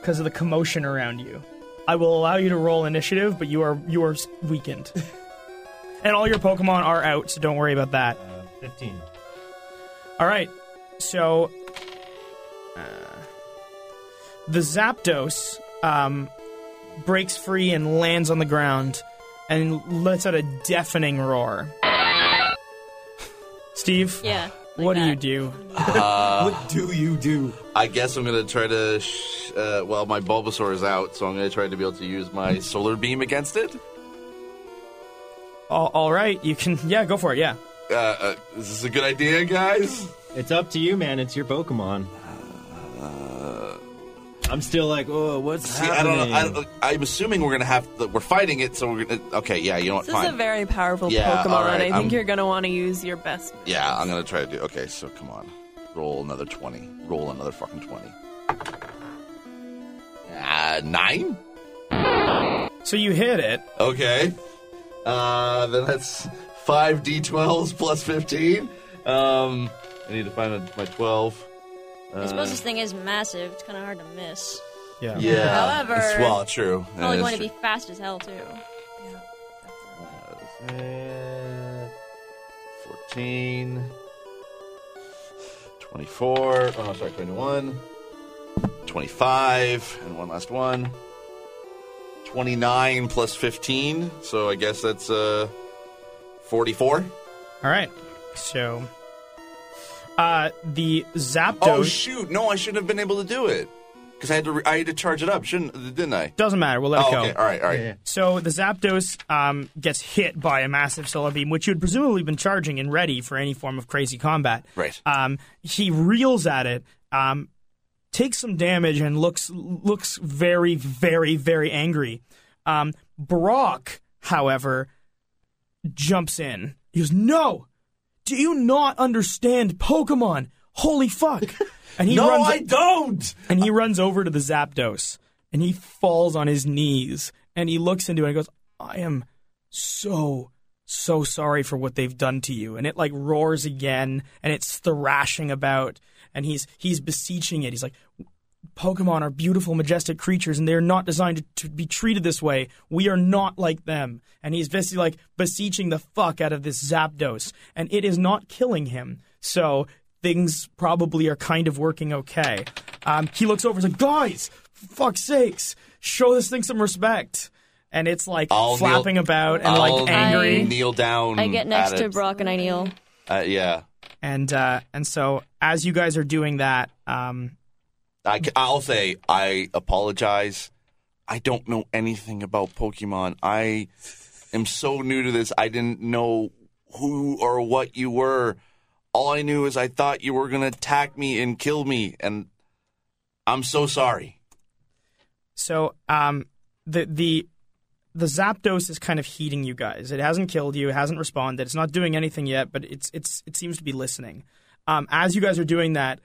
Speaker 4: because of the commotion around you. I will allow you to roll initiative, but you are you are s- weakened. and all your Pokemon are out, so don't worry about that.
Speaker 3: Fifteen.
Speaker 4: All right. So uh, the Zapdos um, breaks free and lands on the ground and lets out a deafening roar. Steve?
Speaker 5: Yeah.
Speaker 4: what do you do?
Speaker 13: what
Speaker 6: do you do?
Speaker 13: Uh, I guess I'm gonna try to. Sh- uh, well, my Bulbasaur is out, so I'm gonna try to be able to use my solar beam against it.
Speaker 4: All, all right, you can. Yeah, go for it. Yeah.
Speaker 13: Uh, uh, is this a good idea, guys?
Speaker 3: It's up to you, man. It's your Pokemon. I'm still like, oh, what's
Speaker 13: Uh, See, I
Speaker 3: happening?
Speaker 13: don't know. I, I'm assuming we're gonna have. The, we're fighting it, so we're gonna. Okay, yeah, you know what?
Speaker 8: This
Speaker 13: fine.
Speaker 8: is a very powerful
Speaker 13: Yeah, all
Speaker 8: Pokemon.
Speaker 13: right,
Speaker 8: I think
Speaker 13: I'm-
Speaker 8: you're going to want to use your best.
Speaker 13: yeah, I'm gonna try to do. Okay, so come on, roll another twenty. Roll another fucking twenty. Uh, nine.
Speaker 4: So you hit it.
Speaker 13: Okay. Uh, then that's five d12s plus fifteen. Um, I need to find a, my twelve.
Speaker 5: I suppose
Speaker 13: Uh,
Speaker 5: this thing is massive. It's kind of hard to miss.
Speaker 4: Yeah.
Speaker 13: Yeah.
Speaker 5: However,
Speaker 13: it's, well, true. That
Speaker 5: Probably
Speaker 13: is
Speaker 5: going to
Speaker 13: true.
Speaker 5: be fast as hell too.
Speaker 13: Uh, 14. 24. Oh, sorry, 21. 25. And one last one. 29 plus 15. So I guess that's uh, 44.
Speaker 4: All right. So, uh, the Zapdos.
Speaker 13: Oh, shoot. No, I shouldn't have been able to do it. Because I, had to re- I had to charge it up, shouldn't didn't I?
Speaker 4: Doesn't matter. We'll let
Speaker 13: Oh,
Speaker 4: it go.
Speaker 13: okay. All right, all right. Yeah, yeah.
Speaker 4: So the Zapdos um, gets hit by a massive solar beam, which you'd presumably been charging and ready for any form of crazy combat.
Speaker 13: Right.
Speaker 4: Um, he reels at it, um, takes some damage, and looks looks very, very, very angry. Um, Brock, however, jumps in. He goes, "No, do you not understand Pokemon? Holy fuck!" And he
Speaker 13: No,
Speaker 4: runs.
Speaker 13: I don't.
Speaker 4: And he runs over to the Zapdos, and he falls on his knees, and he looks into it and goes, "I am so." So sorry for what they've done to you, and it like roars again, and it's thrashing about, and he's he's beseeching it. He's like, Pokemon are beautiful, majestic creatures, and they are not designed to, to be treated this way. We are not like them. And he's basically like beseeching the fuck out of this Zapdos, and it is not killing him. So things probably are kind of working okay. Um, he looks over, he's like, guys, for fuck's sakes, show this thing some respect. And it's like
Speaker 13: I'll
Speaker 4: flapping
Speaker 13: kneel-
Speaker 4: about and
Speaker 13: I'll
Speaker 4: like angry.
Speaker 13: Kneel down.
Speaker 5: I get next
Speaker 13: at
Speaker 5: to
Speaker 13: it.
Speaker 5: Brock and I kneel.
Speaker 13: Uh, yeah.
Speaker 4: And uh, and so as you guys are doing that, um,
Speaker 13: I, will say I apologize. I don't know anything about Pokemon. I am so new to this. I didn't know who or what you were. All I knew is I thought you were going to attack me and kill me, and I'm so sorry.
Speaker 4: So um, the the the Zapdos is kind of heating you guys. It hasn't killed you. It hasn't responded. It's not doing anything yet, but it's it's it seems to be listening. Um, as you guys are doing that,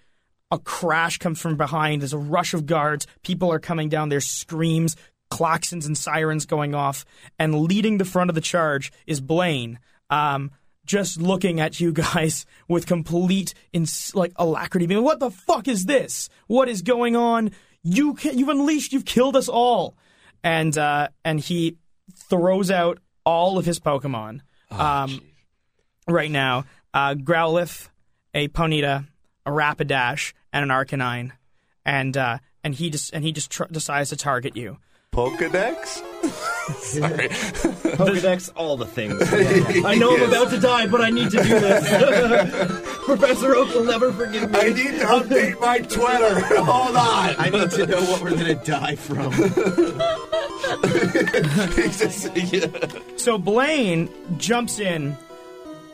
Speaker 4: a crash comes from behind. There's a rush of guards. People are coming down. There's screams, klaxons, and sirens going off. And leading the front of the charge is Blaine. Um, just looking at you guys with complete ins- like alacrity, being "What the fuck is this? What is going on? You ca- you've unleashed, you've killed us all!" And uh, and he throws out all of his Pokemon um, right now: uh, Growlithe, a Ponyta, a Rapidash, and an Arcanine. And uh, and he just and he just tr- decides to target you.
Speaker 11: Pokedex. Sorry.
Speaker 3: Pokedex, all the things.
Speaker 16: I know
Speaker 13: Oh,
Speaker 16: I'm about to die, but I need to do this. Professor Oak will never forgive me. I
Speaker 11: need to update my Twitter. Hold on.
Speaker 16: I need to know what we're gonna die from.
Speaker 4: So Blaine jumps in.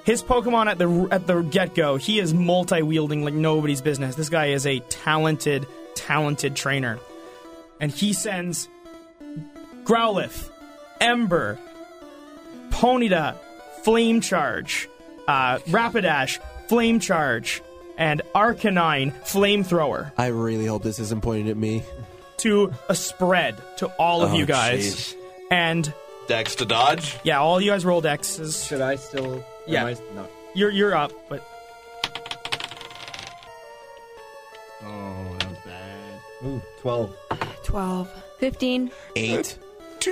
Speaker 4: His Pokemon at the at the get go, he is multi wielding like nobody's business. This guy is a talented, talented trainer, and he sends Growlithe, Ember, Ponyta, Flame Charge, uh, Rapidash, Flame Charge, and Arcanine, Flamethrower
Speaker 6: I really hope this isn't pointed at me.
Speaker 4: to a spread to all of
Speaker 6: Oh,
Speaker 4: you guys,
Speaker 6: jeez.
Speaker 4: and
Speaker 13: Dex to dodge.
Speaker 4: yeah, all you guys rolled X's. Should I still? Yeah,
Speaker 16: I- no.
Speaker 4: you're you're up, but
Speaker 16: Oh, that was bad. Ooh, 12.
Speaker 5: 12. 15.
Speaker 16: Eight.
Speaker 11: Two.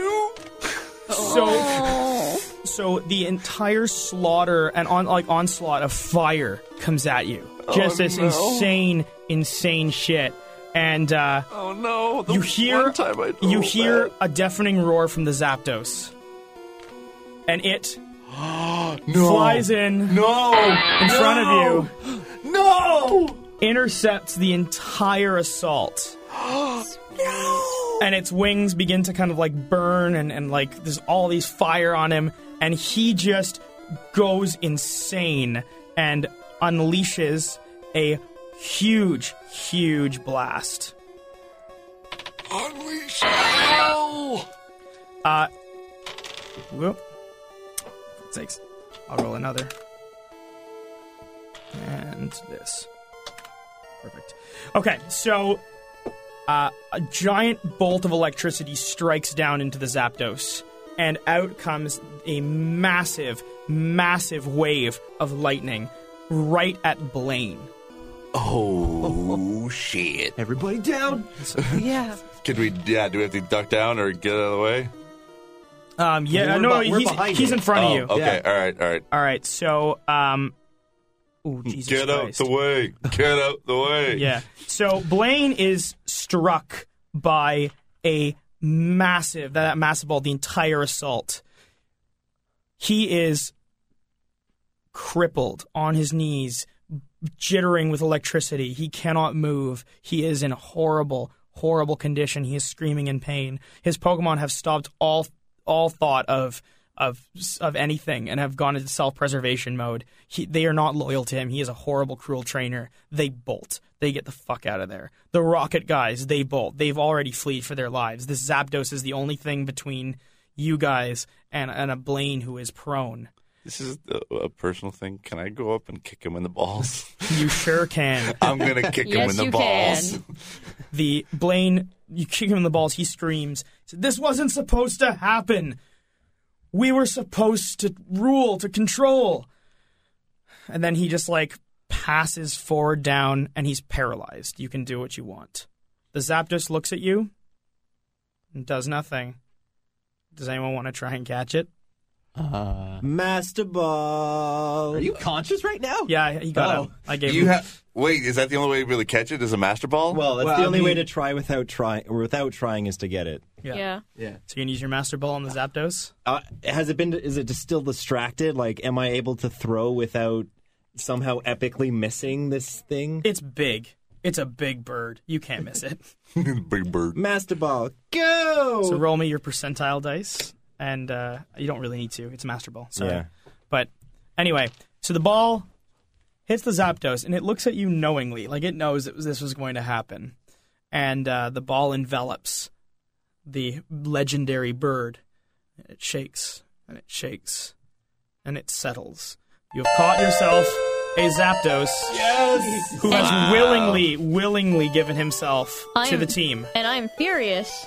Speaker 5: Oh.
Speaker 4: So, so the entire slaughter and on like onslaught of fire comes at you. Just
Speaker 11: Oh,
Speaker 4: this
Speaker 11: no.
Speaker 4: insane, insane shit. And uh,
Speaker 11: Oh no! The
Speaker 4: you hear
Speaker 11: one time I
Speaker 4: you
Speaker 11: rolled
Speaker 4: hear a deafening roar from the Zapdos, and it flies in
Speaker 11: no
Speaker 4: in front of
Speaker 11: you, no,
Speaker 4: intercepts the entire assault. and its wings begin to kind of like burn and, and like there's all these fire on him and he just goes insane and unleashes a huge huge blast
Speaker 11: Unleash hell!
Speaker 4: uh whoop six i'll roll another and this perfect okay so uh, a giant bolt of electricity strikes down into the Zapdos, and out comes a massive, massive wave of lightning right at Blaine.
Speaker 11: Oh shit!
Speaker 16: Everybody down.
Speaker 4: yeah.
Speaker 13: Could we? Yeah. Do we have to duck down or get out of the way?
Speaker 4: Um, yeah,
Speaker 13: We're
Speaker 4: no,
Speaker 13: behi- we're
Speaker 4: he's,
Speaker 13: behind
Speaker 4: he's
Speaker 13: it.
Speaker 4: in
Speaker 13: Oh,
Speaker 4: front of you.
Speaker 13: Okay. All right. All right.
Speaker 4: All right, so, um, ooh, Jesus
Speaker 13: get
Speaker 4: Christ.
Speaker 13: out the way. Get out the way.
Speaker 4: Yeah. So Blaine is struck by a massive that, that massive ball, the entire assault. He is crippled on his knees, jittering with electricity. He cannot move. He is in horrible, horrible condition. He is screaming in pain. His Pokemon have stopped all all thought of of of anything and have gone into self preservation mode. He, they are not loyal to him. He is a horrible, cruel trainer. They bolt. They get the fuck out of there. The Rocket guys, they bolt. They've already fled for their lives. This Zapdos is the only thing between you guys and and a Blaine who is prone.
Speaker 13: This is a, a personal thing. Can I go up and kick him in the balls?
Speaker 4: You sure can.
Speaker 13: I'm gonna kick him in the balls.
Speaker 4: The Blaine, you kick him in the balls. He screams. This wasn't supposed to happen. We were supposed to rule, to control. And then he just like passes forward down, and he's paralyzed. You can do what you want. The Zapdos looks at you and does nothing. Does anyone want to try and catch it?
Speaker 3: Uh, Master Ball.
Speaker 4: Are you
Speaker 3: conscious right now?
Speaker 4: Yeah, he got
Speaker 3: Oh.
Speaker 4: up. I gave
Speaker 13: You
Speaker 4: him.
Speaker 13: ha- wait. Is that the only way to really catch it? Is a master ball?
Speaker 3: Well, that's the only way to try without trying or without trying is to get it.
Speaker 4: yeah. So you can use your Master Ball on the Zapdos.
Speaker 3: Uh, has it been? Is it just still distracted? Like, am I able to throw without somehow epically missing this thing?
Speaker 4: It's big. It's a big bird. You can't miss it.
Speaker 13: Big bird.
Speaker 3: Master Ball, go!
Speaker 4: So roll me your percentile dice, and uh, you don't really need to. It's a master ball. Sorry.
Speaker 3: Yeah.
Speaker 4: But anyway, so the ball hits the Zapdos, and it looks at you knowingly, like it knows that this was going to happen. And uh, the ball envelops the legendary bird. And it shakes and it shakes and it settles. You have caught yourself a Zapdos.
Speaker 2: Yes!
Speaker 4: Who has
Speaker 2: Wow.
Speaker 4: willingly, willingly given himself
Speaker 5: I
Speaker 4: to
Speaker 5: am-
Speaker 4: the team.
Speaker 5: And I am furious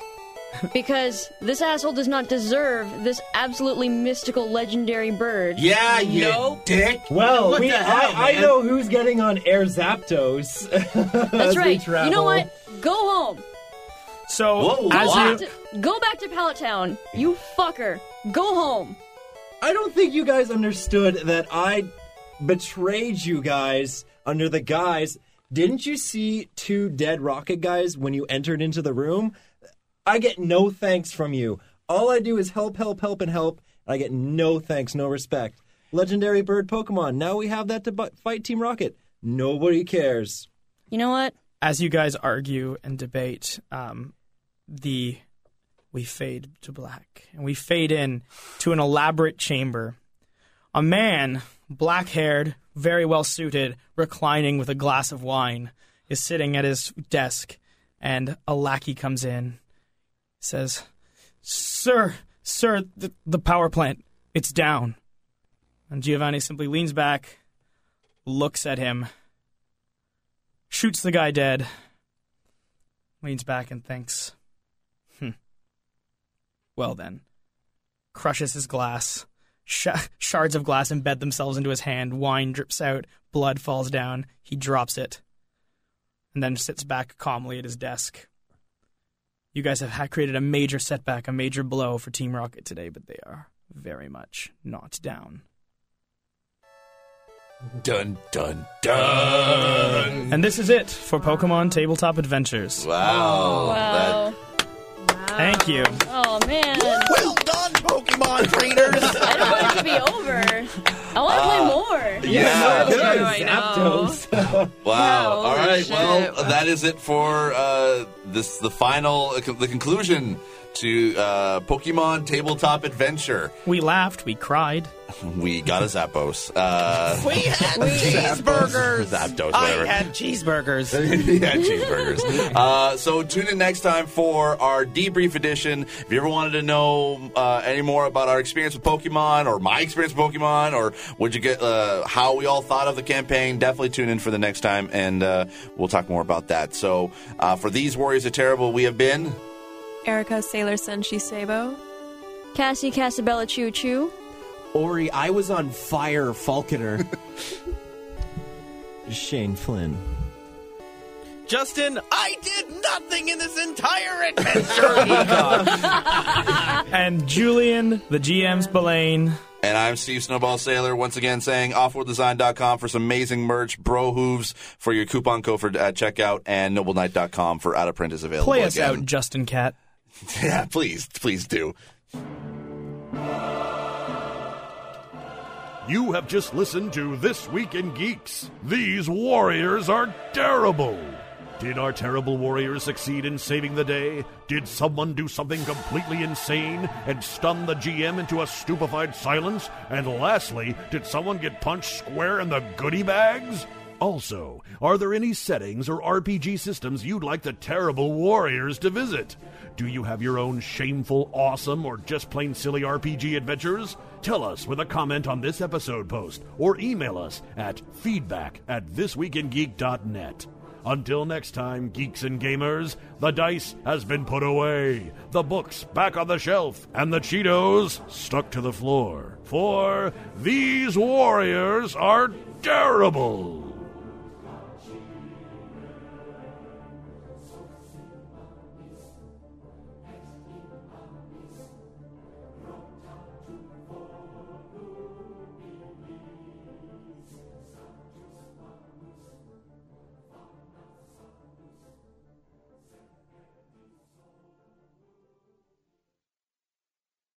Speaker 5: because this asshole does not deserve this absolutely mystical legendary bird.
Speaker 17: dick. Well,
Speaker 5: What
Speaker 17: we,
Speaker 5: the hell,
Speaker 17: I, I
Speaker 5: man?
Speaker 17: know who's getting on Air Zapdos.
Speaker 5: That's right. You know what? Go home. go,
Speaker 4: So
Speaker 5: back to, go back to Pallet Town, you fucker. Go home.
Speaker 3: I don't think you guys understood that I betrayed you guys under the guise. Didn't you see two dead rocket guys when you entered into the room? I get no thanks from you. All I do is help, help, help, and help. And I get no thanks, no respect. Legendary bird Pokemon. Now we have that to bu- fight Team Rocket. Nobody cares.
Speaker 5: You know what?
Speaker 4: As you guys argue and debate, um, the we fade to black and we fade in to an elaborate chamber. A man, black haired, very well suited, reclining with a glass of wine, is sitting at his desk, and a lackey comes in, says, "Sir, sir, the, the power plant, it's down." And Giovanni simply leans back, looks at him, shoots the guy dead, leans back and thinks, hmm, well then, crushes his glass. Sh- shards of glass embed themselves into his hand, wine drips out, blood falls down, he drops it, and then sits back calmly at his desk. You guys have ha- created a major setback, a major blow for Team Rocket today, but they are very much not down.
Speaker 13: Dun dun dun.
Speaker 4: And this is it for Pokemon Tabletop Adventures.
Speaker 16: Oh,
Speaker 13: Wow.
Speaker 5: Wow.
Speaker 4: Thank you.
Speaker 5: Oh man.
Speaker 2: Well done, Pokemon trainers. Uh,
Speaker 5: I don't want it to be over. I want to play more.
Speaker 13: Yeah.
Speaker 17: Zapdos.
Speaker 13: Wow.
Speaker 5: Wow,
Speaker 13: All
Speaker 5: holy
Speaker 13: right.
Speaker 5: shit.
Speaker 13: Well, that is it for uh, this the final uh, the conclusion to uh, Pokemon Tabletop Adventure.
Speaker 4: We laughed, we cried.
Speaker 13: We got a Zappos. Uh,
Speaker 2: We had cheeseburgers.
Speaker 13: Zapdos,
Speaker 2: I
Speaker 13: whatever.
Speaker 2: had
Speaker 18: cheeseburgers.
Speaker 13: yeah, cheeseburgers. Uh, so tune in next time for our debrief edition. If you ever wanted to know uh, any more about our experience with Pokemon, or my experience with Pokemon, or would you get uh, how we all thought of the campaign, definitely tune in for the next time, and uh, we'll talk more about that. So uh, for these Warriors of Terrible, we have been.
Speaker 8: Erica Sailor Senshi Sabo.
Speaker 5: Cassie Casabella Choo Choo.
Speaker 19: Ori, I was on fire, Falconer.
Speaker 3: Shane Flynn.
Speaker 18: Justin,
Speaker 2: I did nothing in this entire adventure.
Speaker 4: And Julian, the GM's Spillane.
Speaker 13: And I'm Steve Snowball Sailor, once again saying offworlddesign.com for some amazing merch, Bro Hooves for your coupon code for uh, checkout, and noblenight.com for out of print is available.
Speaker 4: Play us
Speaker 13: again.
Speaker 4: out, Justin Cat.
Speaker 13: yeah, please, please do.
Speaker 7: You have just listened to This Week in Geeks. These warriors are terrible. Did our terrible warriors succeed in saving the day? Did someone do something completely insane and stun the GM into a stupefied silence? And lastly, did someone get punched square in the goodie bags? Also, are there any settings or RPG systems you'd like the terrible warriors to visit? Do you have your own shameful, awesome, or just plain silly RPG adventures? Tell us with a comment on this episode post or email us at feedback at thisweekingeek.net. Until next time, geeks and gamers, the dice has been put away, the books back on the shelf, and the Cheetos stuck to the floor. For these warriors are terrible.